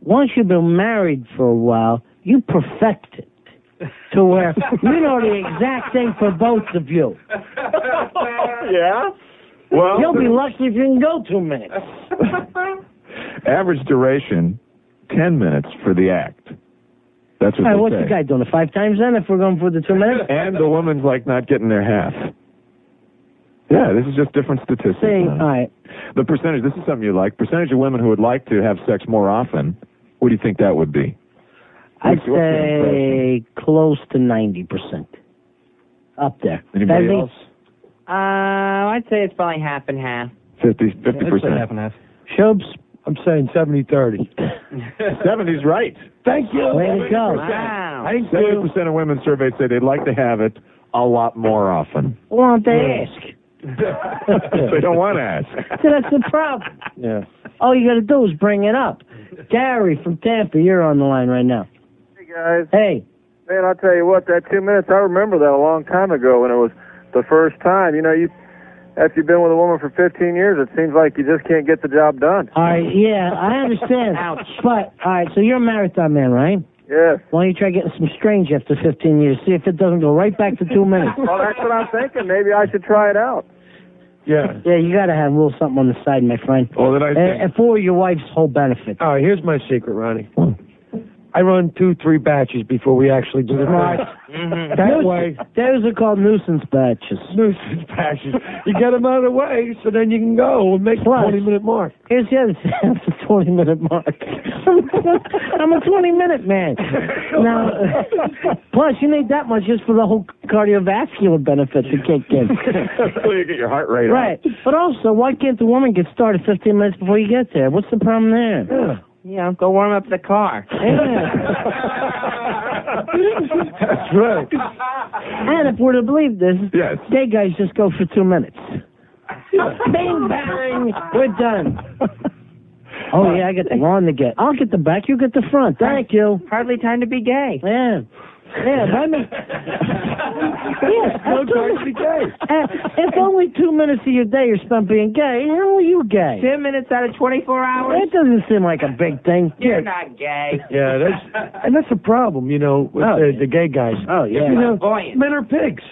C: Once you've been married for a while, you perfect it to where you know the exact thing for both of you.
A: yeah. Well, uh,
C: You'll be lucky if you can go two minutes.
A: average duration, ten minutes for the act. That's what
C: All right,
A: they
C: what's
A: say.
C: the guy doing? It five times then if we're going for the two minutes?
A: And the woman's like not getting their half. Yeah, this is just different statistics.
C: See,
A: man.
C: all right.
A: The percentage. This is something you like. Percentage of women who would like to have sex more often. What do you think that would be?
C: I'd
A: What's- what's your
C: say
A: impression?
C: close to 90%. Up there.
A: Anybody
C: I think-
A: else?
D: Uh, I'd say it's probably half and half.
A: Fifty,
I: Yeah,
A: fifty
I: it's like half and half.
A: percent.
B: Shubs, I'm saying 70 30.
A: Seventy's right.
B: Thank you.
C: Way to go.
D: Wow.
B: Thank
A: Seventy
B: you.
A: percent of women surveyed say they'd like to have it a lot more often.
C: Why don't they ask?
A: they don't want to ask.
C: So that's the problem.
B: Yeah.
C: All you got to do is bring it up. Gary from Tampa, you're on the line right now.
J: Hey guys,
C: Hey,
J: man, I'll tell you what, that two minutes, I remember that a long time ago when it was the first time. You know, you after you've been with a woman for 15 years, it seems like you just can't get the job done.
C: all right, yeah, I e- understand.
D: Ouch.
C: But, all right, so you're a marathon man, right?
J: Yes.
C: Why don't you try getting some strange after 15 years? See if it doesn't go right back to two minutes.
J: Well, that's what I'm thinking. Maybe I should try it out.
B: Yeah.
C: Yeah, you got to have a little something on the side, my friend.
A: Well, then I
C: And,
A: think
C: and for your wife's whole benefit.
B: All right, here's my secret, Ronnie.
A: Hmm.
B: I run two, three batches before we actually do the
C: Right.
B: thing.
D: Hmm. Mm-hmm.
B: That way,
C: Those are called nuisance batches.
B: nuisance batches. You get them out of the way, so then you can go and make
C: Plus-
B: the 20 minute mark.
C: Here's the other thing. That's the 20 minute mark. I'm a 20 minute man. Now, plus, you need that much just for the whole cardiovascular benefit to kick in.
A: so you get your heart rate up.
C: Right. But also, why can't the woman get started 15 minutes before you get there? What's the problem there?
D: Yeah, go warm up the car.
A: That's
B: That's right.
C: And if we're to believe this,
A: Yes.
C: gay guys just go for two minutes. Bing, bang, we're done. Oh, yeah, I got the lawn to get. I'll get the back, you get the front. Thank you.
D: Hardly time to be gay.
C: Yeah. Yeah, I'm a, yeah,
B: No
C: absolutely.
B: choice be gay.
C: And eh, If only two minutes of your day you're spent being gay, how are you gay?
D: Ten minutes out of 24 hours?
C: That doesn't seem like a big thing.
D: You're not gay.
B: Yeah, that's and that's the problem, you know, with
C: Oh,
B: the,
C: yeah.
B: the gay guys.
C: Oh, yeah.
B: you know,
D: Flamboyant.
B: men are pigs.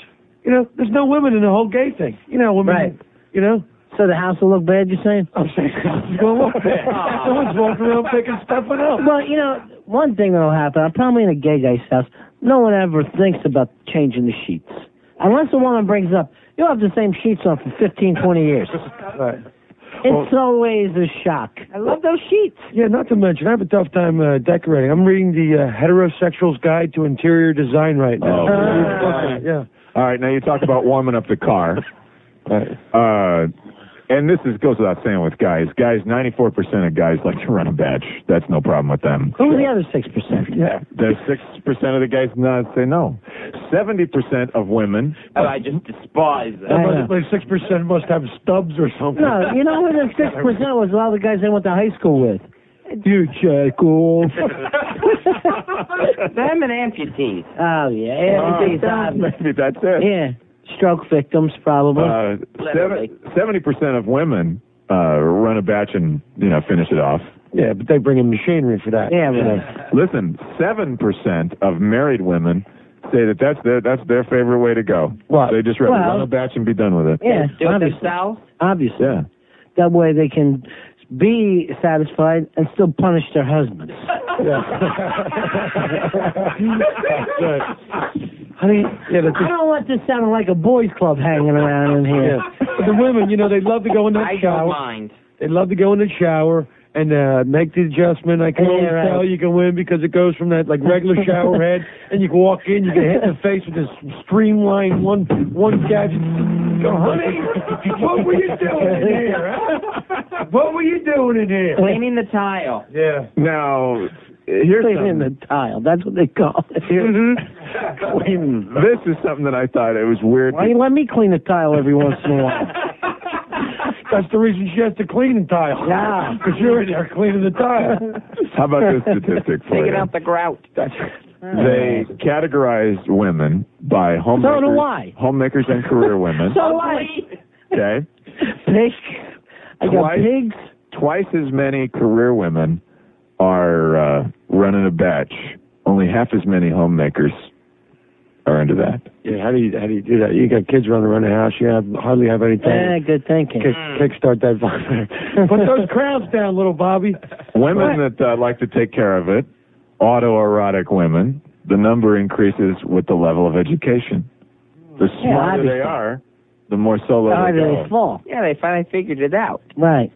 B: You know, there's no women in the whole gay thing. You know, women.
C: Right.
B: You know,
C: So the house will look bad, you're saying?
B: I'm saying, what's going on?
D: Aw.
B: Someone's walking around picking stuff up.
C: Well, you know, one thing that'll happen, I'm probably in a gay guy's house, no one ever thinks about changing the sheets. Unless a woman brings up, you'll have the same sheets on for 15, 20 years.
B: Right.
C: It's always a shock.
D: I love those sheets.
B: Yeah, not to mention, I have a tough time uh, decorating. I'm reading the uh, Heterosexual's Guide to Interior Design right now.
A: Oh,
B: Uh,
A: really?
B: yeah.
A: All right, now you talk about warming up the car. Uh, and this is goes without saying with guys. Guys, 94% of guys like to run a batch. That's no problem with them.
C: Who's the other 6%?
B: Yeah.
A: The 6% of the guys not say no. 70% of women.
D: Oh, I just despise
C: I
D: them.
C: know.
B: Like six percent must have stubs or something.
C: No, you know who the 6% was? A lot of the guys I went to high school with.
B: you check off.
D: them and amputees.
C: Oh, yeah. everything's obvious.
A: Maybe that's it.
C: Yeah. Stroke victims, probably.
A: Uh,
D: Literally.
A: seventy percent of women uh, run a batch and you know finish it off.
B: yeah, but they bring in machinery for that.
C: yeah, but,
A: Listen, seven percent of married women say that that's their that's their favorite way to go.
B: What?
A: They just rather
C: Well-
A: run a batch and be done with it.
C: yeah,
D: Do it
C: obviously.
D: themselves?
C: obviously.
A: Yeah.
C: That way they can be satisfied and still punish their husbands.
B: That's right. Honey, yeah, that's
C: I don't want this sounding like a boys' club hanging around in here.
B: yeah. But the women, you know, they love to go in that
D: I don't
B: shower.
D: mind.
B: They love to go in the shower and uh make the adjustment. I can
C: Yeah,
B: always
C: right.
B: tell you can win because it goes from that like regular shower head, and you can walk in, you can hit in the face with this streamlined one one gadget. Go, honey, what were you doing in here? huh? What were you doing in here?
D: Cleaning the tile.
B: Yeah.
A: Now here's
C: Cleaning
A: something.
C: the tile. That's what they call it.
B: Mm-hmm.
A: This is something that I thought it was weird.
C: Why do you let me clean the tile every once in a while?
B: That's the reason she has to clean the tile.
C: Yeah.
B: Because you're in there cleaning the tile.
A: How about this statistic for
D: Taking
A: you?
D: out the grout.
A: They categorized women by homemakers,
C: do I.
A: homemakers and career women.
C: So like
A: okay.
C: pig. I got
A: Twice.
C: pigs.
A: twice as many career women are uh, running a batch. Only half as many homemakers are into that.
B: Yeah, how do you how do you do that? You got kids running around the house. You have, hardly have any
C: Yeah,
B: time.
C: Eh, good thinking.
B: Kick, kickstart that fire. Put those crowns down, little Bobby.
A: Women that uh, like to take care of it, autoerotic women, the number increases with the level of education. The
C: Yeah,
A: smarter
C: obviously. Oh,
A: they are, the more solo
C: How
A: they
C: do
A: go.
C: they fall?
D: Oh, Yeah, they finally figured it out.
C: Right.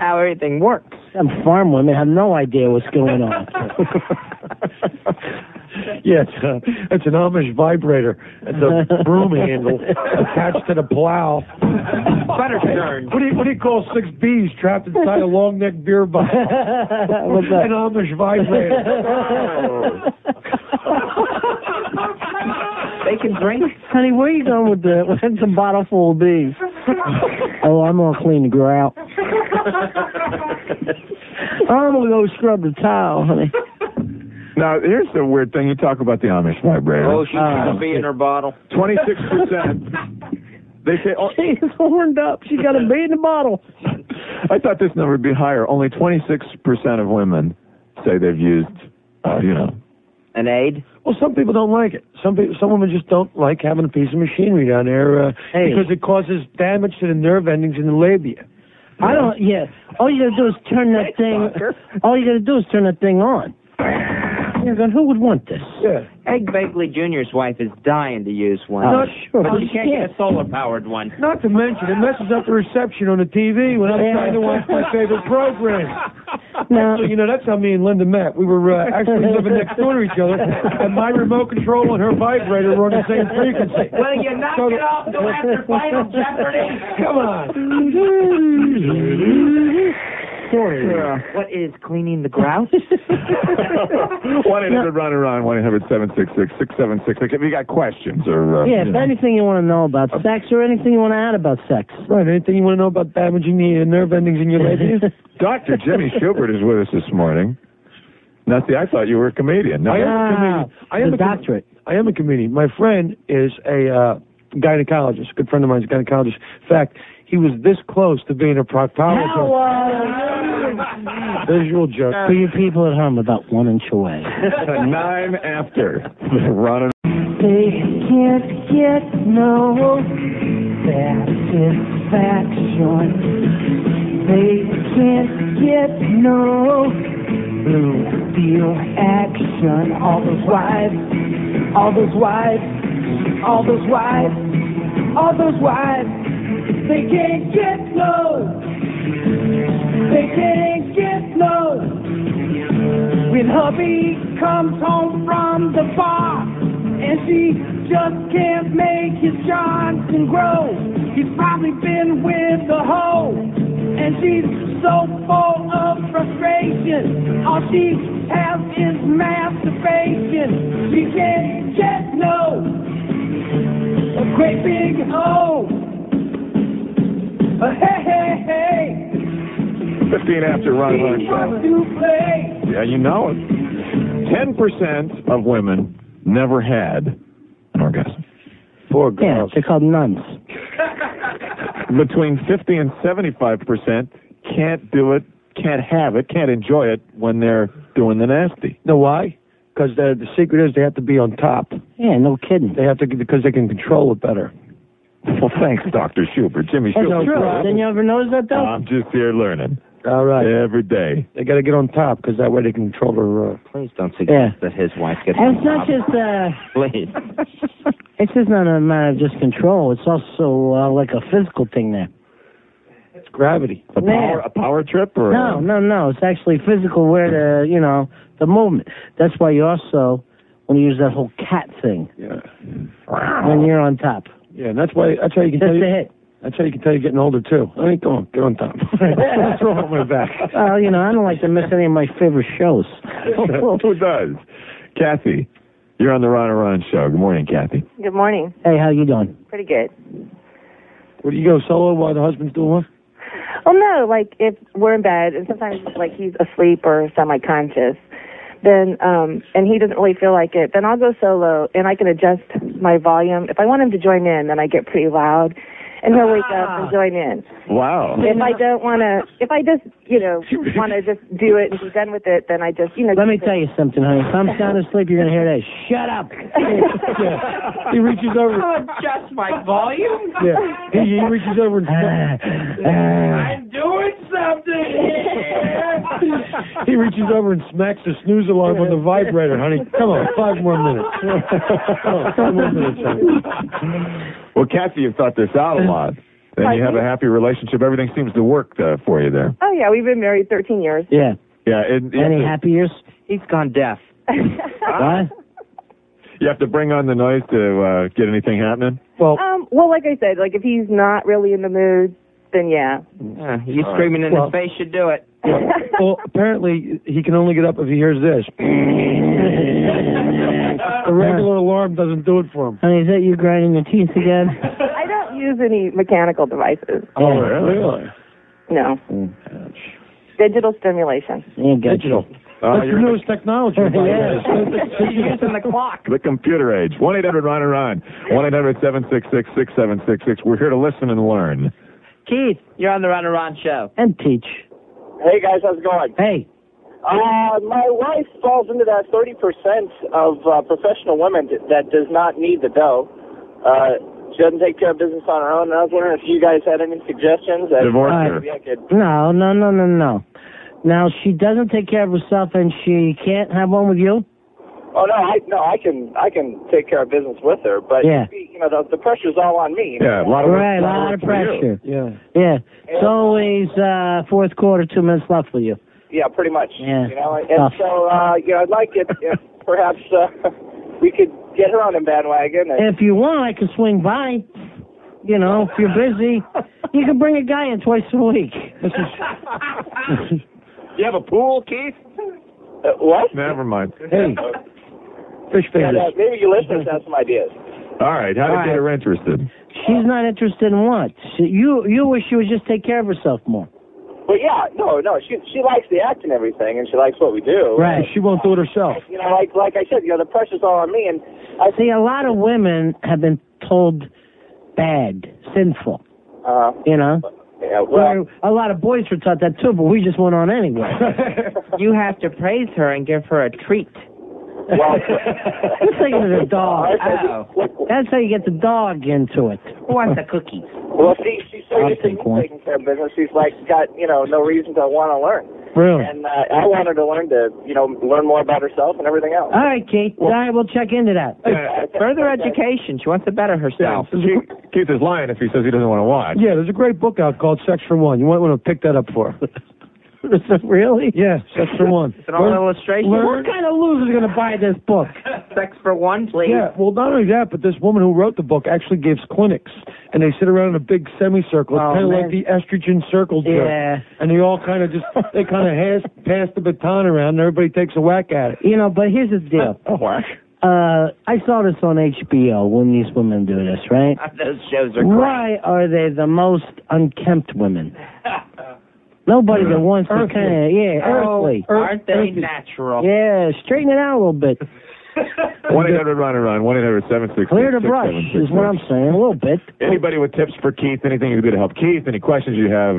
D: How everything works.
C: Some farm women have no idea what's going on.
B: Yes, uh, it's an Amish vibrator. It's a broom handle attached to the plow.
D: Butter churn.
B: What do you what do you call six bees trapped inside a long neck beer bottle?
C: What's
B: An
C: that?
B: Amish vibrator.
D: They can drink.
C: Honey, where are you going with the with the bottle full of bees? oh, I'm gonna clean the grout. I'm gonna go scrub the tile, honey.
A: Now, here's the weird thing. You talk about the Amish
D: Oh,
A: vibrator. Ah.
D: she's gonna be in her bottle.
A: 26%. They say, oh,
C: She's horned up. She got a bee in the bottle.
A: I thought this number would be higher. Only 26% of women say they've used, uh, you know.
D: An aid.
B: Well, some people don't like it. Some people, some women just don't like having a piece of machinery down there uh,
C: Hey.
B: because it causes damage to the nerve endings in the labia.
C: I don't. Yeah. All you gotta do is turn that thing. All you gotta do is turn that thing on. You're going. Who would want this?
B: Yeah. Oh,
D: Egg Bagley Jr.'s wife is dying to use one.
C: Not sure.
D: But she
C: She
D: can't get
C: can't.
D: a solar powered one.
B: Not to mention, it messes up the reception on the TV when I'm
C: Yeah.
B: trying to watch my favorite program.
C: Now,
B: So, you know, that's how me and Linda met. We were uh, actually living next door to each other, and my remote control and her vibrator were on the same frequency.
D: Well, you knock
B: So-
D: it off till after Final Jeopardy.
B: Come on.
D: What is cleaning the grout?
A: 1 800 Ron and Ron, 1 800 766 6766. If you got questions or. Uh,
C: yeah.
A: you
C: If
A: know.
C: anything you want to know about sex or anything you want to add about sex.
B: Right, anything you want to know about damaging the uh, nerve endings in your labia?
A: Dr. Jimmy Schubert is with us this morning. Now, see, I thought you were a comedian. No,
B: I am
K: Ah,
B: a comedian. I am a com- I am a comedian. My friend is a uh, gynecologist. A good friend of mine is a gynecologist. In fact, he was this close to being a proctologist.
K: uh,
B: Visual joke.
C: For you people at home, about one inch away.
A: Nine after. Running.
K: They can't get no satisfaction. They can't get no blue steel action. All those wives, all those wives, all those wives, all those wives. They can't get no. They can't get no. When hubby comes home from the bar and she just can't make his Johnson grow. He's probably been with the hoe, and she's so full of frustration. All she has is masturbation. She can't get no. A great big hoe. A hey, hey, hey.
A: 15 after Ron
K: He wants
A: Hunt.
K: to play.
A: Yeah, you know it. 10% of women never had an orgasm. Poor
C: Yeah, they're called nuns.
A: Between 50 and 75% can't do it, can't have it, can't enjoy it when they're doing the nasty.
B: Know why? Because the the secret is they have to be on top.
C: Yeah, no kidding.
B: They have to because they can control it better.
A: Well, thanks, Dr. Schubert. Jimmy
B: That's
A: Schubert.
B: true. Then
C: you ever notice that,
B: Uh,
C: though?
A: I'm just here learning.
B: All right.
A: Every day.
B: They got to get on top because that way they can control their. Uh,
L: Please don't suggest that his wife gets
C: And it's
L: involved.
C: not just uh,
L: Please.
C: it's just not a matter of just control. It's also uh, like a physical thing there.
B: it's gravity.
A: A power, a power trip or
C: No, no, no. It's actually physical where the you know the movement. That's why you also want to use that whole cat thing.
B: Yeah.
C: When you're on top.
B: Yeah, and that's why that's how you can
C: Just
B: tell you.
C: a hit.
B: That's how you can tell you're getting older too. I ain't going. Get on top. What's wrong with that?
C: Well, you know, I don't like to miss any of my favorite shows.
A: Who does? Kathy, you're on the Ron and Ron show. Good morning, Kathy.
F: Good morning.
C: Hey, how you doing?
F: Pretty good.
B: Would you go solo while the husband's doing what?
F: Well, no, like if we're in bed and sometimes like he's asleep or semi-conscious, then um and he doesn't really feel like it, then I'll go solo and I can adjust my volume. If I want him to join in, then I get pretty loud, and he'll wake up
K: Ah.
F: and join in.
C: Ah.
A: Wow.
F: If I don't want to, if I just you know want to just do it and be done with it, then I just you know.
C: Let me tell you something, honey. If I'm sound asleep, you're gonna hear that. Shut up.
B: He reaches over.
D: I'll adjust Oh, my volume.
B: Yeah. He, he reaches over and
D: I'm doing something here.
B: he reaches over and smacks the snooze alarm on the vibrator, honey. Come on, five more minutes. Come on, five more minutes, honey.
A: Well, Kathy, you've thought this out a lot. And you have a happy relationship. Everything seems to work uh, for you there.
F: Oh yeah, we've been married 13 years.
C: Yeah.
A: Yeah. And,
C: Any happy years?
L: He's gone deaf.
C: What?
A: You have to bring on the noise to uh, get anything happening.
B: Well,
F: um, well, like I said, like if he's not really in the mood, then yeah.
L: Yeah, Ah, you
B: All
L: screaming
B: right.
L: in
B: Well-
L: his face should do it.
B: Well, apparently he can only get up if he hears this.
D: Uh,
B: The regular alarm doesn't do it for him.
C: Honey, is that you grinding your teeth again?
F: I don't use any mechanical devices.
B: Oh, really?
F: No. Digital stimulation.
C: You got
B: Digital.
A: Uh,
B: That's the
A: you're
B: newest technology. by the way.
D: using the clock.
A: The computer age. 1 800 Ron and Ron. 1 800 766 6766. We're here to listen and learn.
D: Keith, you're on the Ron and Ron show.
C: And teach.
M: Hey guys, how's it going?
C: Hey.
M: Uh, my wife falls into that 30% of uh, professional women that, that does not need the dough. Uh, she doesn't take care of business on her own. And I was wondering if you guys had any suggestions. That
A: Divorce her.
M: Maybe I could.
C: No, no, no, no, no. Now she doesn't take care of herself, and she can't have one with you.
M: Oh no, I no, I can I can take care of business with her, but
C: Yeah.
M: you know the, the pressure's all on me.
A: Yeah, a lot of
C: Right, a lot of pressure.
B: Yeah.
C: Yeah, it's always uh, fourth quarter, two minutes left for you.
M: Yeah, pretty much.
C: Yeah.
M: You know, and
C: Tough.
M: so uh, you know, I'd like it if perhaps uh, we could get her on a bandwagon. And,
C: If you want, I can swing by. You know, if you're busy, you can bring a guy in twice a week.
A: You have a pool, Keith?
M: Uh, what? uh,
A: Never mind.
B: Hey. Fish
M: Yeah,
B: fingers.
M: yeah, maybe your listeners have some ideas.
A: All right. How to
C: All
A: get
C: right.
A: her interested?
C: She's not interested in what? She, you you wish she would just take care of herself more.
M: But yeah, no, no, she she likes the act and everything, and she likes what we do.
B: She won't do it herself.
M: You know, like like I said, you know, the pressure's all on me, and
C: I see a lot of women have been told bad, sinful.
M: uh,
C: You know.
M: yeah, well,
C: Where a lot of boys were taught that too, but we just went on anyway.
D: you have to praise her and give her a treat.
M: Well,
C: Let's take it to the dog. That's how you get the dog into it.
D: Who wants a cookie?
M: well, see, she's so
C: I'll
M: used to
C: take one.
M: taking care of business, she's like got you know no reason to want to learn.
C: Really?
M: And uh, I want her to learn to you know learn more about herself and everything else.
C: All right, Keith. All right, we'll check into that.
D: Uh, Further education. She wants to better herself.
A: Keith is lying if he says he doesn't want to watch.
B: Yeah, there's a great book out called Sex for One. You might want to pick that up for.
C: really?
B: Yeah, Sex for One.
D: It's an all illustration.
B: What kind of loser's going to buy this book?
D: Sex for one, please.
B: Yeah, well, not only that, but this woman who wrote the book actually gives clinics, and they sit around in a big semicircle. It's
C: Oh,
B: kind of
C: man.
B: like the estrogen circle jerk.
C: Yeah.
B: And they all kind of just, they kind of has, pass the baton around, and everybody takes a whack at it.
C: You know, but here's the deal.
B: A whack?
C: Uh, I saw this on HBO when these women do this, right?
D: Those shows are great.
C: Why are they the most unkempt women? Nobody that wants to
D: Earthly.
C: kind of, yeah,
D: Oh,
C: earthly.
D: aren't they natural?
C: Yeah, straighten it out a little bit.
A: One eight hundred run and run. One eight hundred seven six.
C: Clear the brush is what I'm saying, a little bit.
A: Anybody with tips for Keith? Anything you could do to help Keith? Any questions you have?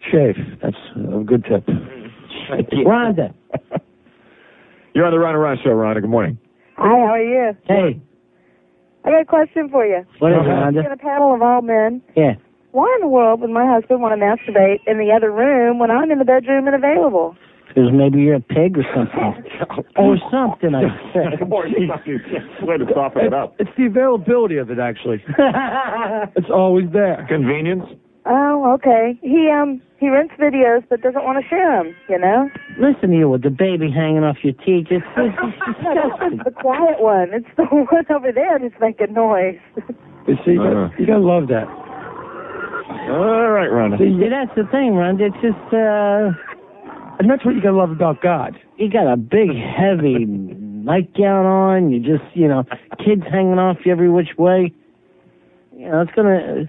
B: Shave. That's a good tip.
C: Rhonda.
A: You're on the Ron and Ron show, Rhonda. Good morning.
N: Hi, how are you?
C: Hey.
N: I got a question for you.
C: Oh. What is it,
N: I'm
C: Rhonda?
N: in a panel of all men.
C: Yeah.
N: Why in the world would my husband want to masturbate in the other room when I'm in the bedroom and available?
C: Because maybe you're a pig or something. or something, I said.
A: Way to soften it up.
B: It's the availability of it, actually. it's always there.
A: Convenience.
N: Oh, okay. He um he rents videos but doesn't want to share them. You know.
C: Listen to you with the baby hanging off your teeth. It's, it's
N: No, this is the quiet one. It's the one over there that's making noise.
B: You see, you gotta, you gotta love that.
A: All right, Rhonda.
C: See, that's the thing, Rhonda. It's just, uh.
B: And that's what you gotta love about God.
C: You got a big, heavy nightgown on. You just, you know, kids hanging off you every which way. You know, it's gonna.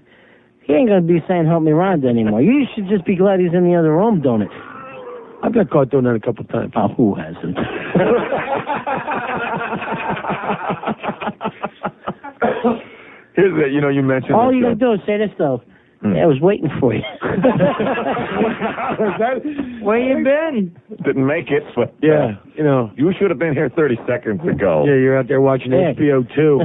C: He ain't gonna be saying "Help me, Rhonda" anymore. You should just be glad he's in the other room doing it.
B: I've got caught doing that a couple times.
C: Oh, who hasn't?
A: Here's the, you know, you mentioned.
C: All
A: this,
C: you
A: uh, hmm.
C: gotta do is say this though. Yeah, I was waiting for you.
D: Where you been?
A: Didn't make it, but uh,
B: yeah, you know,
A: you should have been here 30 seconds ago.
B: Yeah, you're out there watching
A: Yeah.
B: HBO two,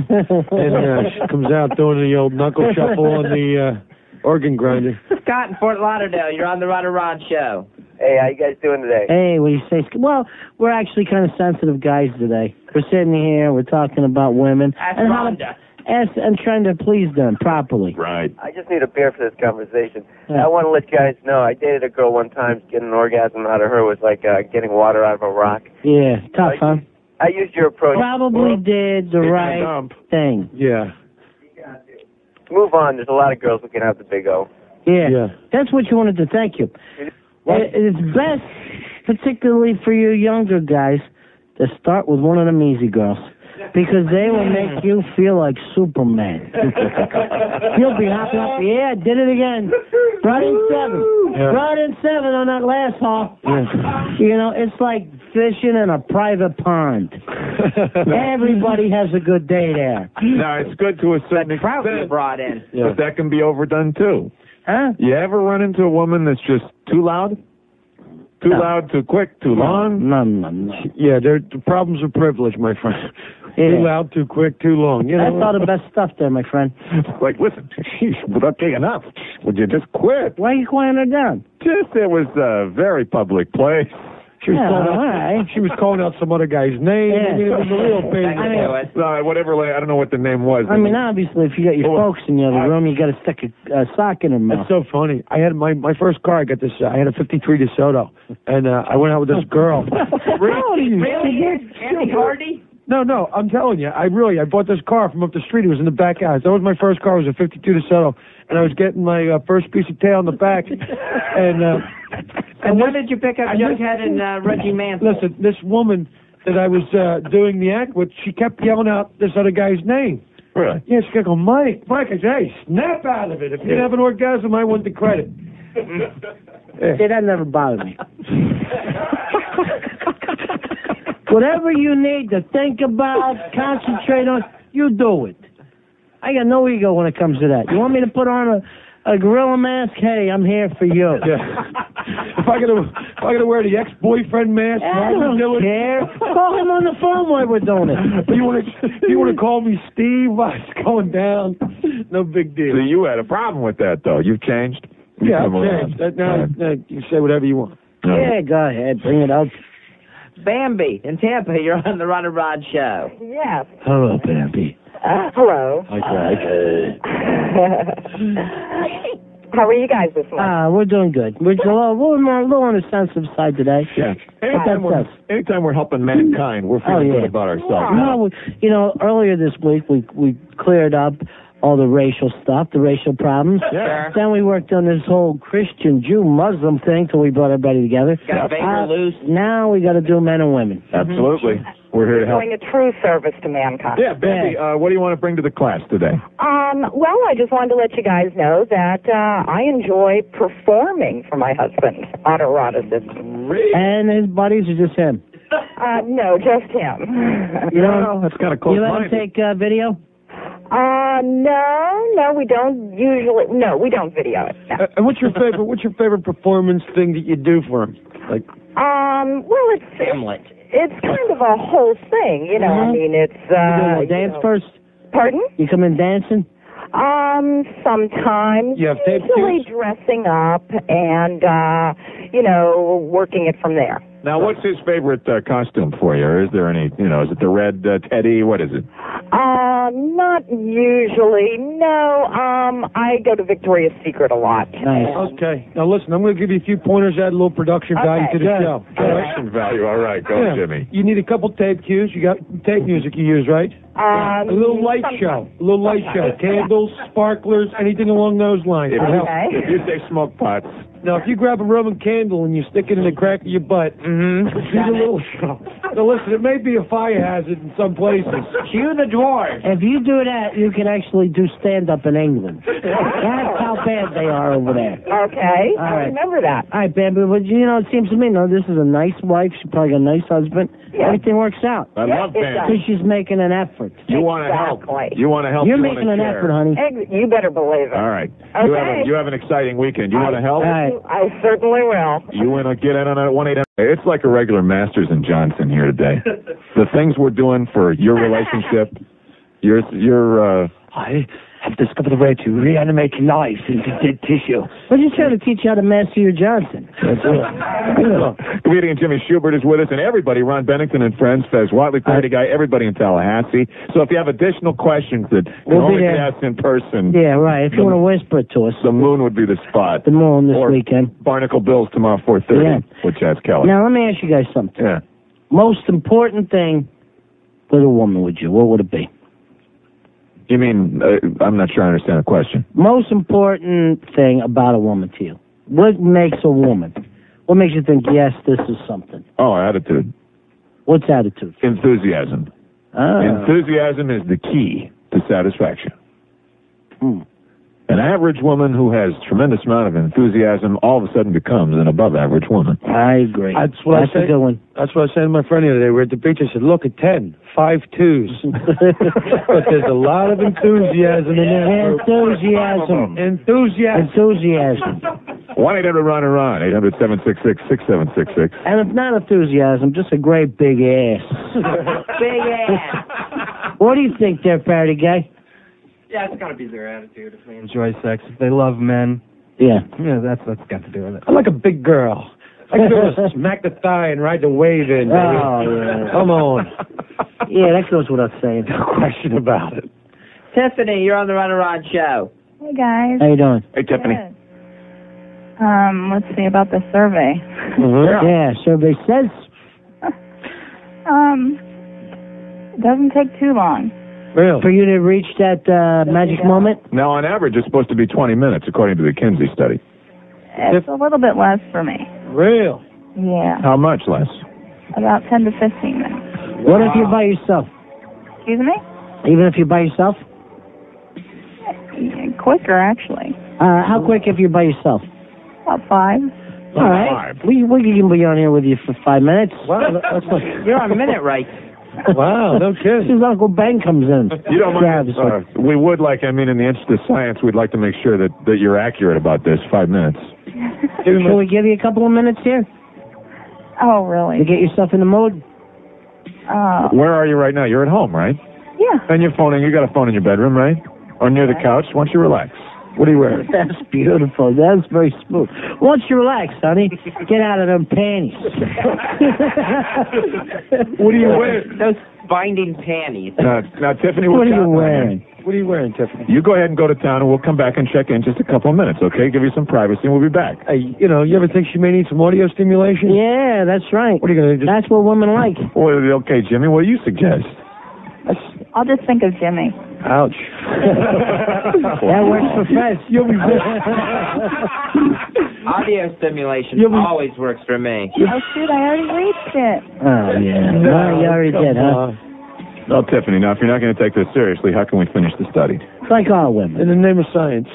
B: and uh, she comes out doing the old knuckle shuffle on the uh, organ grinder.
D: Scott in Fort Lauderdale, you're on the Rod and Rod show.
M: Hey, how you guys doing today?
C: Hey, what do you say? Well, we're actually kind of sensitive guys today. We're sitting here, we're talking about women
O: Ask
C: and how
O: Rhonda.
C: to, ask, and trying to please them properly.
A: Right.
O: I just need a beer for this conversation.
C: Yeah.
O: I want to let you guys know I dated a girl one time. Getting an orgasm out of her was like uh, getting water out of a rock.
C: Yeah, tough, huh?
O: I used your approach.
C: Probably did
O: Taking
C: the
O: a
C: right
O: dump.
C: thing.
B: Yeah.
O: Move on. There's a lot of girls who can have the big O.
C: Yeah. That's what you wanted to thank you. It- It's best, particularly for you younger guys, to start with one of them easy girls. Because they will make you feel like Superman. You'll be hopping up. Yeah, I did it again. Brought in seven.
B: Yeah.
C: Brought in seven on that last haul. You know, it's like fishing in a private pond. Everybody has a good day there.
A: Now it's good to a certain extent.
D: brought in.
A: But that can be overdone too.
C: Huh?
A: You ever run into a woman that's just too loud, too
B: No.
A: loud, too quick, too long?
C: No, no, no.
B: Yeah, they're, the problems of privilege, my friend.
C: Yeah.
B: Too loud, too quick, too long. You know,
C: That's all the best stuff there, my friend.
A: Like, listen, sheesh, okay, enough. Would you just quit?
C: Why are you quieting her down?
A: Just it was a very public place.
B: She was,
A: Yeah,
B: calling out,
A: all
B: she was calling out some other guy's name. I mean, it was a real pain. in the
C: I mean-
B: butt.
A: No, Uh, whatever. la- I don't know what the name was.
C: I mean, obviously, if you got your folks in the other room, you got to stick a, a sock in their mouth.
B: Oh, That's so funny. I had my my first car. I got this. Uh, I had a '53 DeSoto, and uh, I went out with this girl.
D: Really? Andy Hardy?
B: No, no, I'm telling you, I really, I bought this car from up the street. It was in the back alley. That was my first car. It was a '52 DeSoto, and I was getting my uh, first piece of tail in the back. and uh,
D: And when did you pick up
B: and this-
D: Jughead and uh, Reggie Manson?
B: Listen, this woman that I was uh, doing the act with, she kept yelling out this other guy's name.
A: Really?
B: Yeah, she kept going, Mike, Mike. I said, hey, snap out of it. If you have an orgasm, I want the credit.
C: See, that never bothered me. Whatever you need to think about, concentrate on, you do it. I got no ego when it comes to that. You want me to put on a, a gorilla mask? Hey, I'm here for you.
B: If I gotta, if I gotta wear the ex-boyfriend mask,
C: I
B: while
C: don't
B: we do it-
C: care. Call him Oh, on the phone while we're doing it.
B: You want to, you want to call me Steve? while It's going down. No big deal.
A: So you had a problem with that, though. You've changed. You've
B: yeah,
A: come around.
B: okay. Now, now you say whatever you want.
C: Yeah, go ahead, bring it up.
D: Bambi in Tampa, you're on the Ron and Rod show.
F: Yeah.
C: Hello, Bambi.
F: Uh, hello.
C: Okay.
F: How are you guys this morning?
C: Ah, we're doing good. We're a little, we're more- a little on the sensitive side today.
A: Yeah.
C: That's
A: Anytime we're,
C: us.
A: anytime we're helping mankind, we're
C: Oh,
A: feeling
C: yeah.
A: good about ourselves.
C: No, we, you know, earlier this week we we cleared up all the racial stuff, the racial problems.
A: Yeah.
C: Then we worked on this whole Christian, Jew, Muslim thing till we brought everybody together.
A: Got Vader
C: loose. Now we got to do men and women.
A: Mm-hmm. Absolutely. We're here to help.
F: Doing a true service to mankind.
A: Yeah, Bambi, uh, what do you want to bring to the class today?
F: Um, well, I just wanted to let you guys know that uh, I enjoy performing for my husband, autoeroticism.
C: And his buddies are just him.
F: Uh, no, just him.
C: You know,
A: that's kind
C: You let him take uh, video.
F: Uh, no, no, we don't usually. No, we don't video it. No.
B: Uh, and what's your favorite? What's your favorite performance thing that you do for him? Like
F: Um, well, it's
B: Hamlet.
F: it's kind of a whole thing, you know. I
C: Mhm.
F: mean, it's
C: you do a
F: uh,
C: little
F: you
C: dance
F: know-
C: first.
F: Pardon?
C: You come in dancing.
F: Um, sometimes.
C: You have tape
F: Usually dressing up and, uh, you know, working it from there.
A: Now, what's his favorite uh, costume for you? Or is there any, you know, is it the red uh, teddy? What is it?
F: Uh, not usually. No, um, I go to Victoria's Secret a lot.
B: Okay. Now listen, I'm going to give you a few pointers, add a little production value
F: Okay.
B: to the
F: Good.
B: show.
A: Production value. All right, go,
B: Yeah.
A: Jimmy.
B: You need a couple tape cues. You got tape music you use, right?
F: Um,
B: a little light show. A little light show. Candles, sparklers, anything along those lines.
A: If,
B: will
A: you-
B: help.
A: if you say smoke pots,
B: Now, if you grab a Roman candle and you stick it in the crack of your butt, mm-hmm. a little show. Now listen, it may be a fire hazard in some places.
D: Cue the dwarf.
C: If you do that, you can actually do stand up in England. That's how bad they are over there.
F: Okay,
C: Mm-hmm. All
F: I
C: right.
F: remember that.
C: All right, Bambi, but you know, it seems to me, no, this is a nice wife. She probably got a nice husband.
F: Yeah.
C: Everything works out.
A: I love
F: Yes, it does.
A: Bambi.
C: Because she's making an effort.
A: You want to help.
F: Exactly.
A: You want to help.
C: You're
A: you
C: making
A: wanna
C: an
A: share.
C: effort, honey.
F: Ex- You better believe it.
A: All right. You, have a,
F: Okay.
A: you have an exciting weekend. You want to help?
F: I certainly will.
A: You want to get in on a one eight. It's like a regular Masters and Johnson here today. the things we're doing for your relationship, your your uh,
P: I have discovered a way to reanimate life into dead tissue.
C: We're just trying to teach you how to master your Johnson.
A: Comedian Jimmy Schubert is with us, and everybody, Ron Bennington and friends, Fez Watley, Party Guy, everybody in Tallahassee. So if you have additional questions that can
C: We'll
A: only
C: be
A: be
C: there.
A: asked in person,
C: Yeah, right. If you want to whisper it to us,
A: the moon would be the spot.
C: the moon this
A: Or
C: weekend.
A: Barnacle Bills tomorrow 4.30
C: Yeah.
A: with Jazz Kelly.
C: Now, let me ask you guys something.
A: Yeah.
C: Most important thing with a woman would you, what would it be?
A: You mean, uh, I'm not sure I understand the question.
C: Most important thing about a woman to you. What makes a woman? What makes you think, yes, this is something?
A: Oh, attitude.
C: What's attitude?
A: Enthusiasm.
C: Ah.
A: Enthusiasm is the key to satisfaction.
C: Hmm.
A: An average woman who has tremendous amount of enthusiasm all of a sudden becomes an above average woman.
C: I agree.
B: That's what
C: That's
B: I
C: a
B: said.
C: good one.
B: That's what I said to my friend the other day. We're at the beach. I said, "Look at ten, five twos, but there's a lot of enthusiasm in there.
C: Enthusiasm.
B: Enthusiasm.
C: Enthusiasm.
A: One eight hundred Ron and Ron, eight hundred seven six six six seven six six.
C: And if not enthusiasm, just a great big ass.
D: Big ass.
C: What do you think there, party guy?
D: Yeah, it's gotta be their attitude. If they
I: Enjoy sex. If they love men.
C: Yeah.
I: Yeah, that's that's got to do with it.
B: I like a big girl. I can just smack the thigh and ride the wave in. Baby.
C: Oh, yeah.
B: Come on,
C: Yeah, that goes without saying.
B: no question about it.
D: Tiffany, you're on the Ron and Rod show.
Q: Hey guys.
C: How you doing?
A: Hey,
Q: Good. Um, let's see about the survey.
C: Yeah, survey says.
Q: Um, it doesn't take too long.
B: Really?
C: For you to reach that uh, magic moment?
A: Now, on average, it's supposed to be 20 minutes, according to the Kinsey study.
Q: It's a little bit less for me.
B: Real.
Q: Yeah,
A: How much less?
Q: about 10 to 15 minutes.
C: What if you're by yourself?
Q: Excuse me?
C: Even if you're by yourself?
Q: Yeah, Quicker, actually.
C: Uh, how quick if you're by yourself?
Q: About five.
C: All right. We we can be on here with you for five minutes.
D: You're on minute right.
C: Wow, no kidding. His Uncle Ben comes in.
A: You don't mind.
C: Grabs like,
A: Uh, we would like, I mean, in the interest of science, we'd like to make sure that, that you're accurate about this. Five minutes.
C: Shall we give you a couple of minutes here?
Q: Oh, really?
C: To get yourself in the mood?
Q: Uh,
A: Where are you right now? You're at home, right?
Q: Yeah.
A: And you're phoning. You got a phone in your bedroom, right? Or near the couch. Why don't you relax? What are you wearing?
C: That's beautiful. That's very smooth. Once you relax, honey, get out of them panties.
A: What do you wear?
D: Those binding panties.
A: Now, now Tiffany,
D: What
A: we're
D: are you
A: counting on
D: wearing?
A: What are you wearing, Tiffany? You go ahead and go to town, and we'll come back and check in just a couple of minutes, okay? Give you some privacy, and we'll be back.
B: Hey, you know, you ever think she may need some audio stimulation?
C: Yeah, that's right.
B: What are you gonna do?
C: That's what women like.
A: Well, okay, Jimmy, what do you suggest?
Q: I'll just think of Jimmy.
A: Ouch.
C: that works for Fez.
B: You'll be
Q: Oh,
D: Audio stimulation always works for me.
Q: Oh shoot! I already reached it.
C: Oh, yeah. Well, you already did, huh?
A: No, Tiffany, now, if you're not going to take this seriously, how can we finish the study?
C: It's like all women.
B: In the name of science.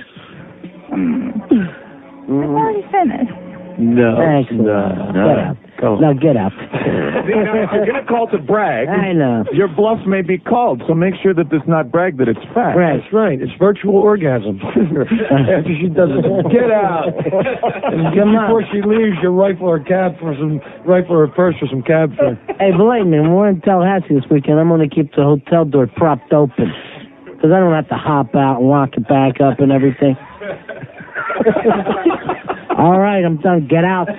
Q: It's already finished.
B: No.
C: Thanks. Get up. Now get up.
A: See, now, if you're going to call to brag,
C: I know.
A: your bluff may be called, so make sure that it's not brag, that it's fact.
B: That's right. It's virtual orgasm. After she does it, get out. And
C: Come on.
B: before she leaves, you rifle her cab for some rifle her purse for some cab fare.
C: Hey, believe me, when we're in Tallahassee this weekend, I'm going to keep the hotel door propped open. Because I don't have to hop out and lock it back up and everything. All right, I'm done. Get out.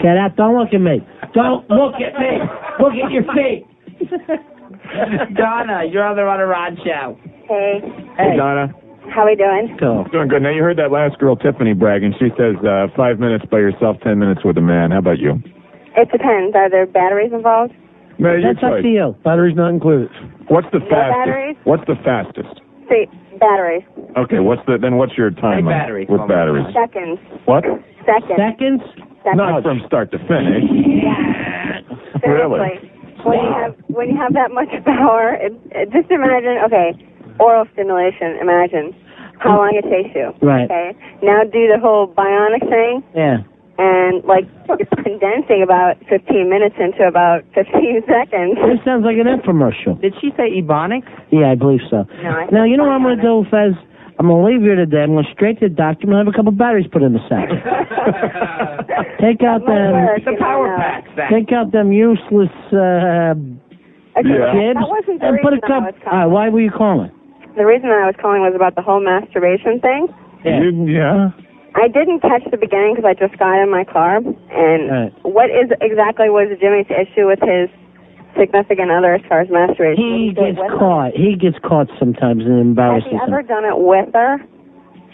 C: Get out. Don't look at me.
D: Oh,
C: Don't look at me. Look at your feet.
D: Donna, you're on the Ron and Ron show.
R: Hey,
A: Hey, Donna.
R: how we doing?
C: Cool.
A: Doing good. Now, you heard that last girl, Tiffany, bragging. She says uh, five minutes by yourself, ten minutes with a man. How about you?
R: It depends. Are there batteries involved?
A: Mary, your choice.
C: you.
B: Batteries not included.
A: What's the
R: No batteries?
A: fastest? What's the fastest?
R: See, batteries.
A: Okay, what's the then? What's your time on-
R: Say batteries.
A: with batteries?
R: Seconds.
A: What?
R: Seconds.
C: Seconds?
A: Not from start to finish. really?
R: Seriously. When you have when you have that much power, it, it, just imagine. Okay, oral stimulation. Imagine how long it takes you.
C: Right.
R: Okay. Now do the whole bionic thing
C: Yeah.
R: and like condensing about 15 minutes into about 15 seconds.
C: This sounds like an infomercial.
D: Did she say ebonics?
C: Yeah, I believe so.
R: No, I
C: Now, you know what I'm going to do, Fez? I'm going to leave here today. I'm going straight to the doctor. I'm going to have a couple batteries put in the sack. Take out them.
R: The power pack.
C: Take out them useless uh,
R: Okay,
C: kids
R: That wasn't the
C: and put a
R: reason I
C: cup.
R: was
C: All right, why were you calling?
R: The reason that I was calling was about the whole masturbation thing.
A: You- yeah.
R: I didn't catch the beginning because I just got in my car. And
A: Right.
R: what is exactly was Jimmy's issue with his significant other as far as masturbation?
C: He
R: Did
C: gets
R: with her?
C: caught. He gets caught sometimes in
R: Has
C: embarrassing
R: he ever
C: things.
R: done it with her?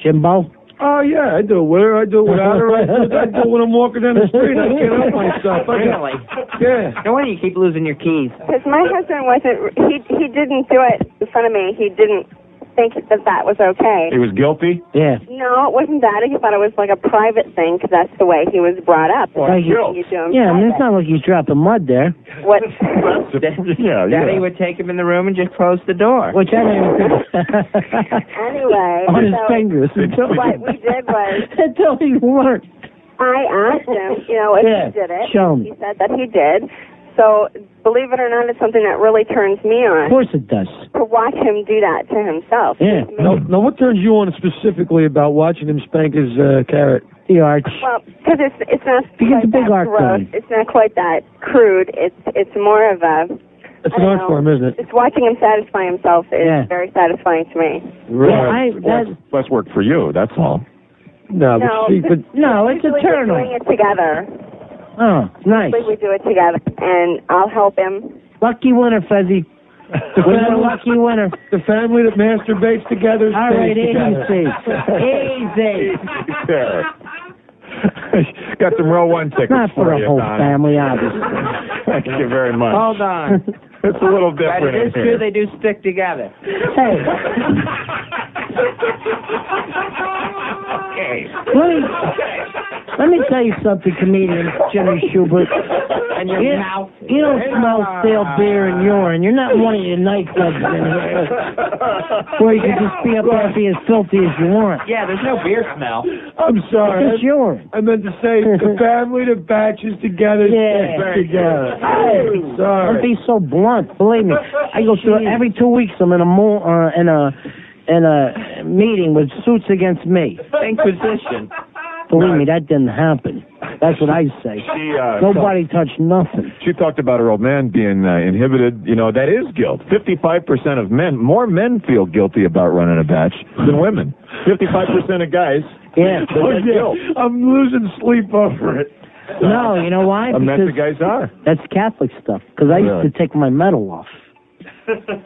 C: Jimbo?
B: Oh yeah, I do it with her. I do it without her. I do, it- I do it when I'm walking down the street. I can't help myself. I get-
D: Really?
B: yeah.
D: No wonder you keep losing your keys.
R: Because my husband wasn't. He he didn't do it in front of me. He didn't think that that was okay.
A: He was guilty.
C: Yeah.
R: No, it wasn't that. He thought it was like a private thing 'cause that's the way he was brought up.
C: Like
R: you,
C: you-
R: you do in
C: yeah, I mean, it's
R: private.
C: not like he's dropping mud there,
R: What?
A: yeah,
D: Daddy would take him in the room and just close the door.
C: which I don't even think
R: anyway,
C: on his
R: so
C: fingers. Until,
R: what we did was
C: until he worked.
R: I asked him, you know, if
C: Yeah,
R: he did it.
C: show me.
R: He said that he did. So, believe it or not, it's something that really turns me
C: Of
R: on
C: course it does.
R: to watch him do that to himself.
C: Yeah.
B: Now, now, what turns you on specifically about watching him spank his uh, carrot?
C: The arch.
R: Well, because it's it's not
C: You get
R: quite
C: the big
R: that
C: arc
R: gross.
C: going.
R: It's not quite that crude. It's it's more of a
B: It's
R: I
B: an
R: don't
B: art
R: know.
B: form, isn't it?
R: just watching him satisfy himself is
C: Yeah.
R: very satisfying to me.
C: Yeah, I-
A: less, less work for you. That's all.
B: No, but
R: no,
B: see, but
C: No, it's a
R: usually we're
C: turn
R: doing
C: on.
R: it together.
C: Oh, nice.
R: Usually we do it together, and I'll help him.
C: Lucky winner, Fuzzy.
B: the
C: We're a
B: family,
C: lucky winner.
B: the family that masturbates together.
C: All
B: stays
C: right,
B: together.
C: easy. Easy.
A: There. Got some row one tickets
C: Not for
A: you,
C: a whole
A: Donna.
C: family, obviously.
A: Thank you very much.
D: Hold on.
A: It's a little
D: But
A: different
D: it is
A: in
D: true
A: here.
D: they do stick together.
C: Hey,
K: Okay.
C: let me, let me tell you something, comedian Jimmy Schubert.
D: and your
C: you,
D: mouth.
C: You don't smell stale beer and urine. You're not one of your nightclubs in here where you can just be up there and be as filthy as you want.
D: Yeah, there's no beer smell.
B: I'm sorry.
C: It's urine.
B: I meant to say the family that batches together
C: Yeah.
B: sticks together.
C: Hey. Don't be
B: Sorry.
C: so blunt. Believe me, I go through every two weeks. I'm in a mo- uh, in a in a meeting with suits against me.
D: Inquisition.
C: Believe me, that didn't happen. That's what I say.
A: She, uh,
C: Nobody touched nothing.
A: She talked about her old man being uh, inhibited. You know, that is guilt. 55% of men, more men feel guilty about running a batch than women. 55% of guys.
C: Yeah.
A: feel that guilt.
B: Oh, I'm losing sleep over it.
C: No, you know why?
A: And that's
C: Because
A: the guys are.
C: that's Catholic stuff. Because I
A: Really?
C: used to take my medal off.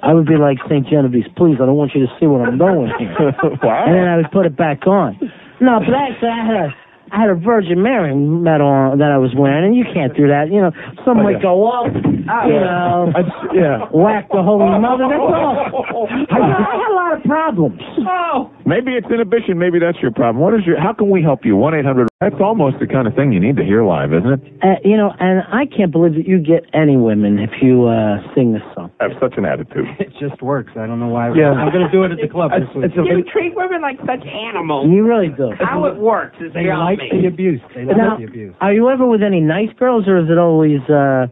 C: I would be like Saint Genevieve, please. I don't want you to see what I'm doing here.
A: Wow.
C: And then I would put it back on. No, but actually, I had a I had a Virgin Mary medal on that I was wearing, and you can't do that. You know, some
K: Oh,
C: might
K: yeah.
C: go up, you know,
A: yeah.
C: whack the Holy Mother. That's all. I, I had a lot of problems.
D: Oh.
A: Maybe it's inhibition. Maybe that's your problem. What is your? How can we help you? One eight hundred. That's almost the kind of thing you need to hear live, isn't it?
C: Uh, you know, and I can't believe that you get any women if you uh sing this song.
A: I have such an attitude.
I: It just works. I don't know why.
C: Yeah.
I: I'm going to do it at the club this week.
D: you treat women like such animals.
C: You really do.
D: How it works is
I: they
D: beyond
I: like
D: me.
I: the abuse. They like
C: Now,
I: the abuse.
C: are you ever with any nice girls, or is it always, uh,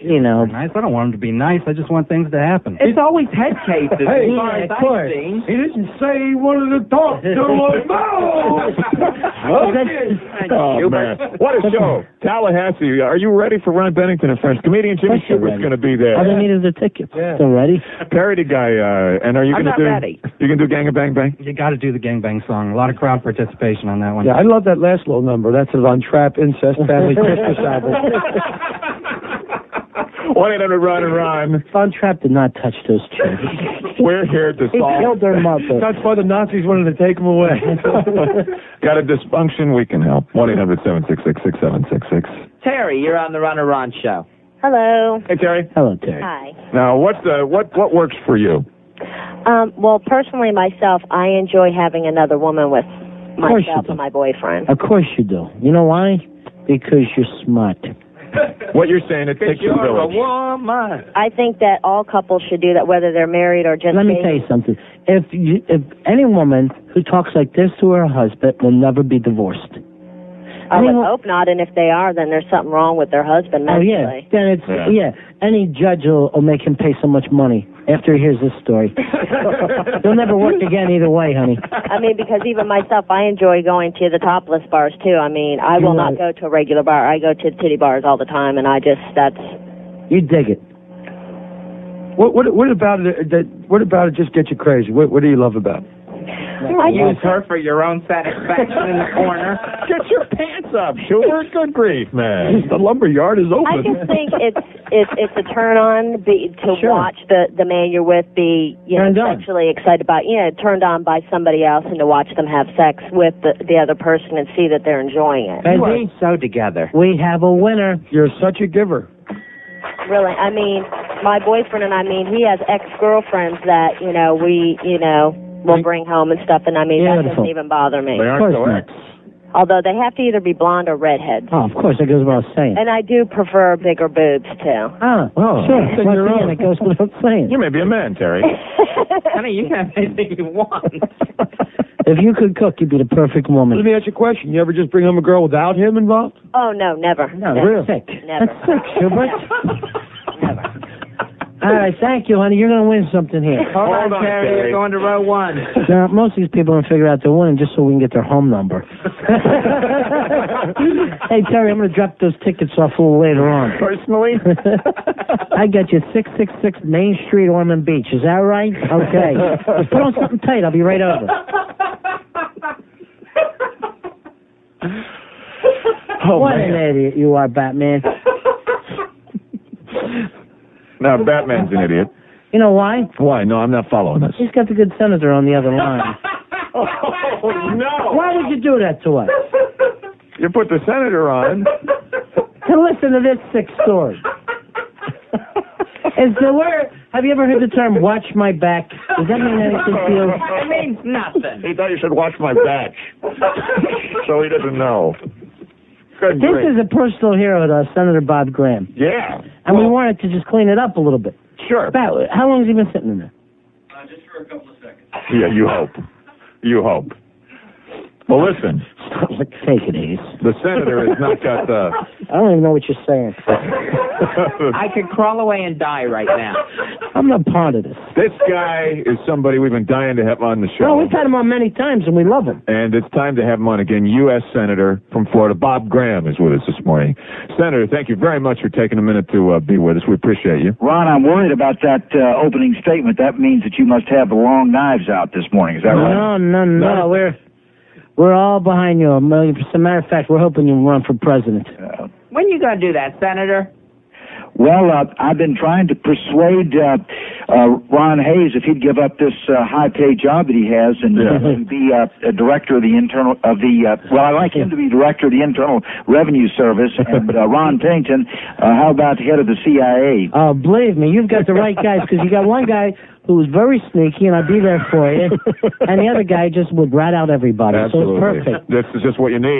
C: you know?
I: Nice. I don't want them to be nice. I just want things to happen.
D: It's always head cases.
I: Hey,
D: as far as
I: of
D: I've
I: course.
D: seen.
B: He didn't say he wanted to talk to him. No!
D: Thank
A: Oh
D: you.
A: man, what a show! Tallahassee. Are you ready for Ron Bennington and friends? Comedian Jimmy Schubert's going to be there.
C: All they need is their tickets. They're ready.
A: Parody guy. Uh, and are you
I: I'm
A: going to
I: not
A: do?
I: ready.
A: You can do Gang of Bang Bang.
I: You got to do the gangbang song. A lot of crowd participation on that one.
B: Yeah, I love that last little number. That's a Von Trapp incest family Christmas album.
A: One eight hundred Ron and Ron.
C: Von Trapp did not touch those children.
A: We're here to
C: He
A: solve.
C: killed their mother.
B: That's why the Nazis wanted to take him away.
A: Got a dysfunction? We can help. One eight hundred seven six six six seven six six.
D: Terry, you're on the Run and Ron show.
S: Hello.
A: Hey Terry.
C: Hello Terry.
S: Hi.
A: Now what uh, what what works for you?
S: Um, well, personally, myself, I enjoy having another woman with
C: course you
S: myself
C: do.
S: and my boyfriend.
C: Of course you do. You know why? Because you're smart.
A: What you're saying? It takes a village.
D: woman.
S: I think that all couples should do that, whether they're married or just.
C: Let me
S: dating.
C: tell you something. If you, if any woman who talks like this to her husband will never be divorced.
S: I would
C: anyone-
S: hope not, and if they are, then there's something wrong with their husband
C: Oh yeah.
S: mentally.
C: Then it's
S: Yeah.
C: yeah. Any judge will, will make him pay so much money after he hears this story. They'll never work again either way, honey.
S: I mean, because even myself, I enjoy going to the topless bars too. I mean, I will not go to a regular bar. I go to titty bars all the time, and I just that's
C: You dig it.
B: What what what about it? uh, That, what about it? Just get you crazy. What what do you love about? It?
S: I
D: Use her for your own satisfaction in the corner.
A: Get your pants up, Schubert. Good grief, man. The lumberyard
D: Oh.
A: is open.
S: I just think it's it's it's a turn on be, to
A: Sure.
S: watch the the man you're with be you know
A: Turned on.
S: sexually excited about you know turned on by somebody else and to watch them have sex with the, the other person and see that they're enjoying it.
C: You are
D: so together.
C: We have a winner.
B: You're such a giver.
S: Really, I mean, my boyfriend and I mean he has ex girlfriends that you know we you know will bring home and stuff, and I mean that
C: Beautiful.
S: doesn't even bother me.
C: They aren't Of course so not.
S: Although they have to either be blonde or redheads.
C: Oh, of course, that goes without saying.
S: And I do prefer bigger boobs too.
C: Ah,
A: Oh.
C: sure.
A: Then
C: Once
A: you're
C: again,
A: on.
C: it goes without saying.
A: You may be a man, Terry.
D: Honey, you can have anything you want.
C: If you could cook, you'd be the perfect woman.
B: Let me ask you a question. You ever just bring home a girl without him involved?
S: Oh no, never.
C: No, that's
B: Really?
C: sick.
S: Never.
C: That's sick, Schubert. All right, thank you, honey. You're going to win something here.
D: Hold, on,
C: on,
D: Terry.
C: Terry.
D: You're going to row one.
C: Now, most of these people are going to figure out they're winning just so we can get their home number. hey, Terry, I'm going to drop those tickets off a little later on.
A: Personally?
C: I got you 666 Main Street, Ormond Beach. Is that right? Okay. Put on something tight. I'll be right over.
A: Oh,
C: what
A: man.
C: an idiot you are, Batman.
A: Now Batman's an idiot.
C: You know why?
A: Why? No, I'm not following this.
C: He's got the good senator on the other line.
A: Oh no!
C: Why would you do that to us?
A: You put the senator on.
C: To listen to this sick story. Is the word? Have you ever heard the term "watch my back"? Does that mean anything to you?
D: It means nothing.
A: He thought you should watch my batch, so he doesn't know. Good
C: this
A: grief.
C: is a personal hero to us, Senator Bob Graham.
A: Yeah.
C: And we wanted to just clean it up a little bit.
A: Sure.
C: Pat, how long has he been sitting in there?
A: Yeah, you hope. You hope. Well, listen.
C: Stop like taking these.
A: The senator has not uh, got the.
C: I don't even know what you're saying.
D: I could crawl away and die right now.
C: I'm not part of this.
A: This guy is somebody we've been dying to have on the
C: No,
A: show.
C: we've had him on many times and we love him.
A: And it's time to have him on again. U.S. Senator from Florida, Bob Graham, is with us this morning. Senator, thank you very much for taking a minute to uh, be with us. We appreciate you.
M: Ron, I'm worried about that uh, opening statement. That means that you must have long knives out this morning. Is that right?
C: No, no, no. We're we're all behind you a million percent. Matter of fact, we're hoping you run for president.
D: When you gonna do that, Senator?
M: Well, uh, I've been trying to persuade uh, uh, Ron Hayes if he'd give up this uh, high-paid job that he has and
T: Yeah.
M: be uh, a director of the internal of the. Uh, well, I'd like him to be director of the Internal Revenue Service, and uh, Ron Pennington. Uh, how about head of the CIA?
C: Oh, believe me, you've got the right guys because you got one guy who was very sneaky, and I'd be there for you, and the other guy just would rat out everybody. So it's perfect.
A: This is just what you need.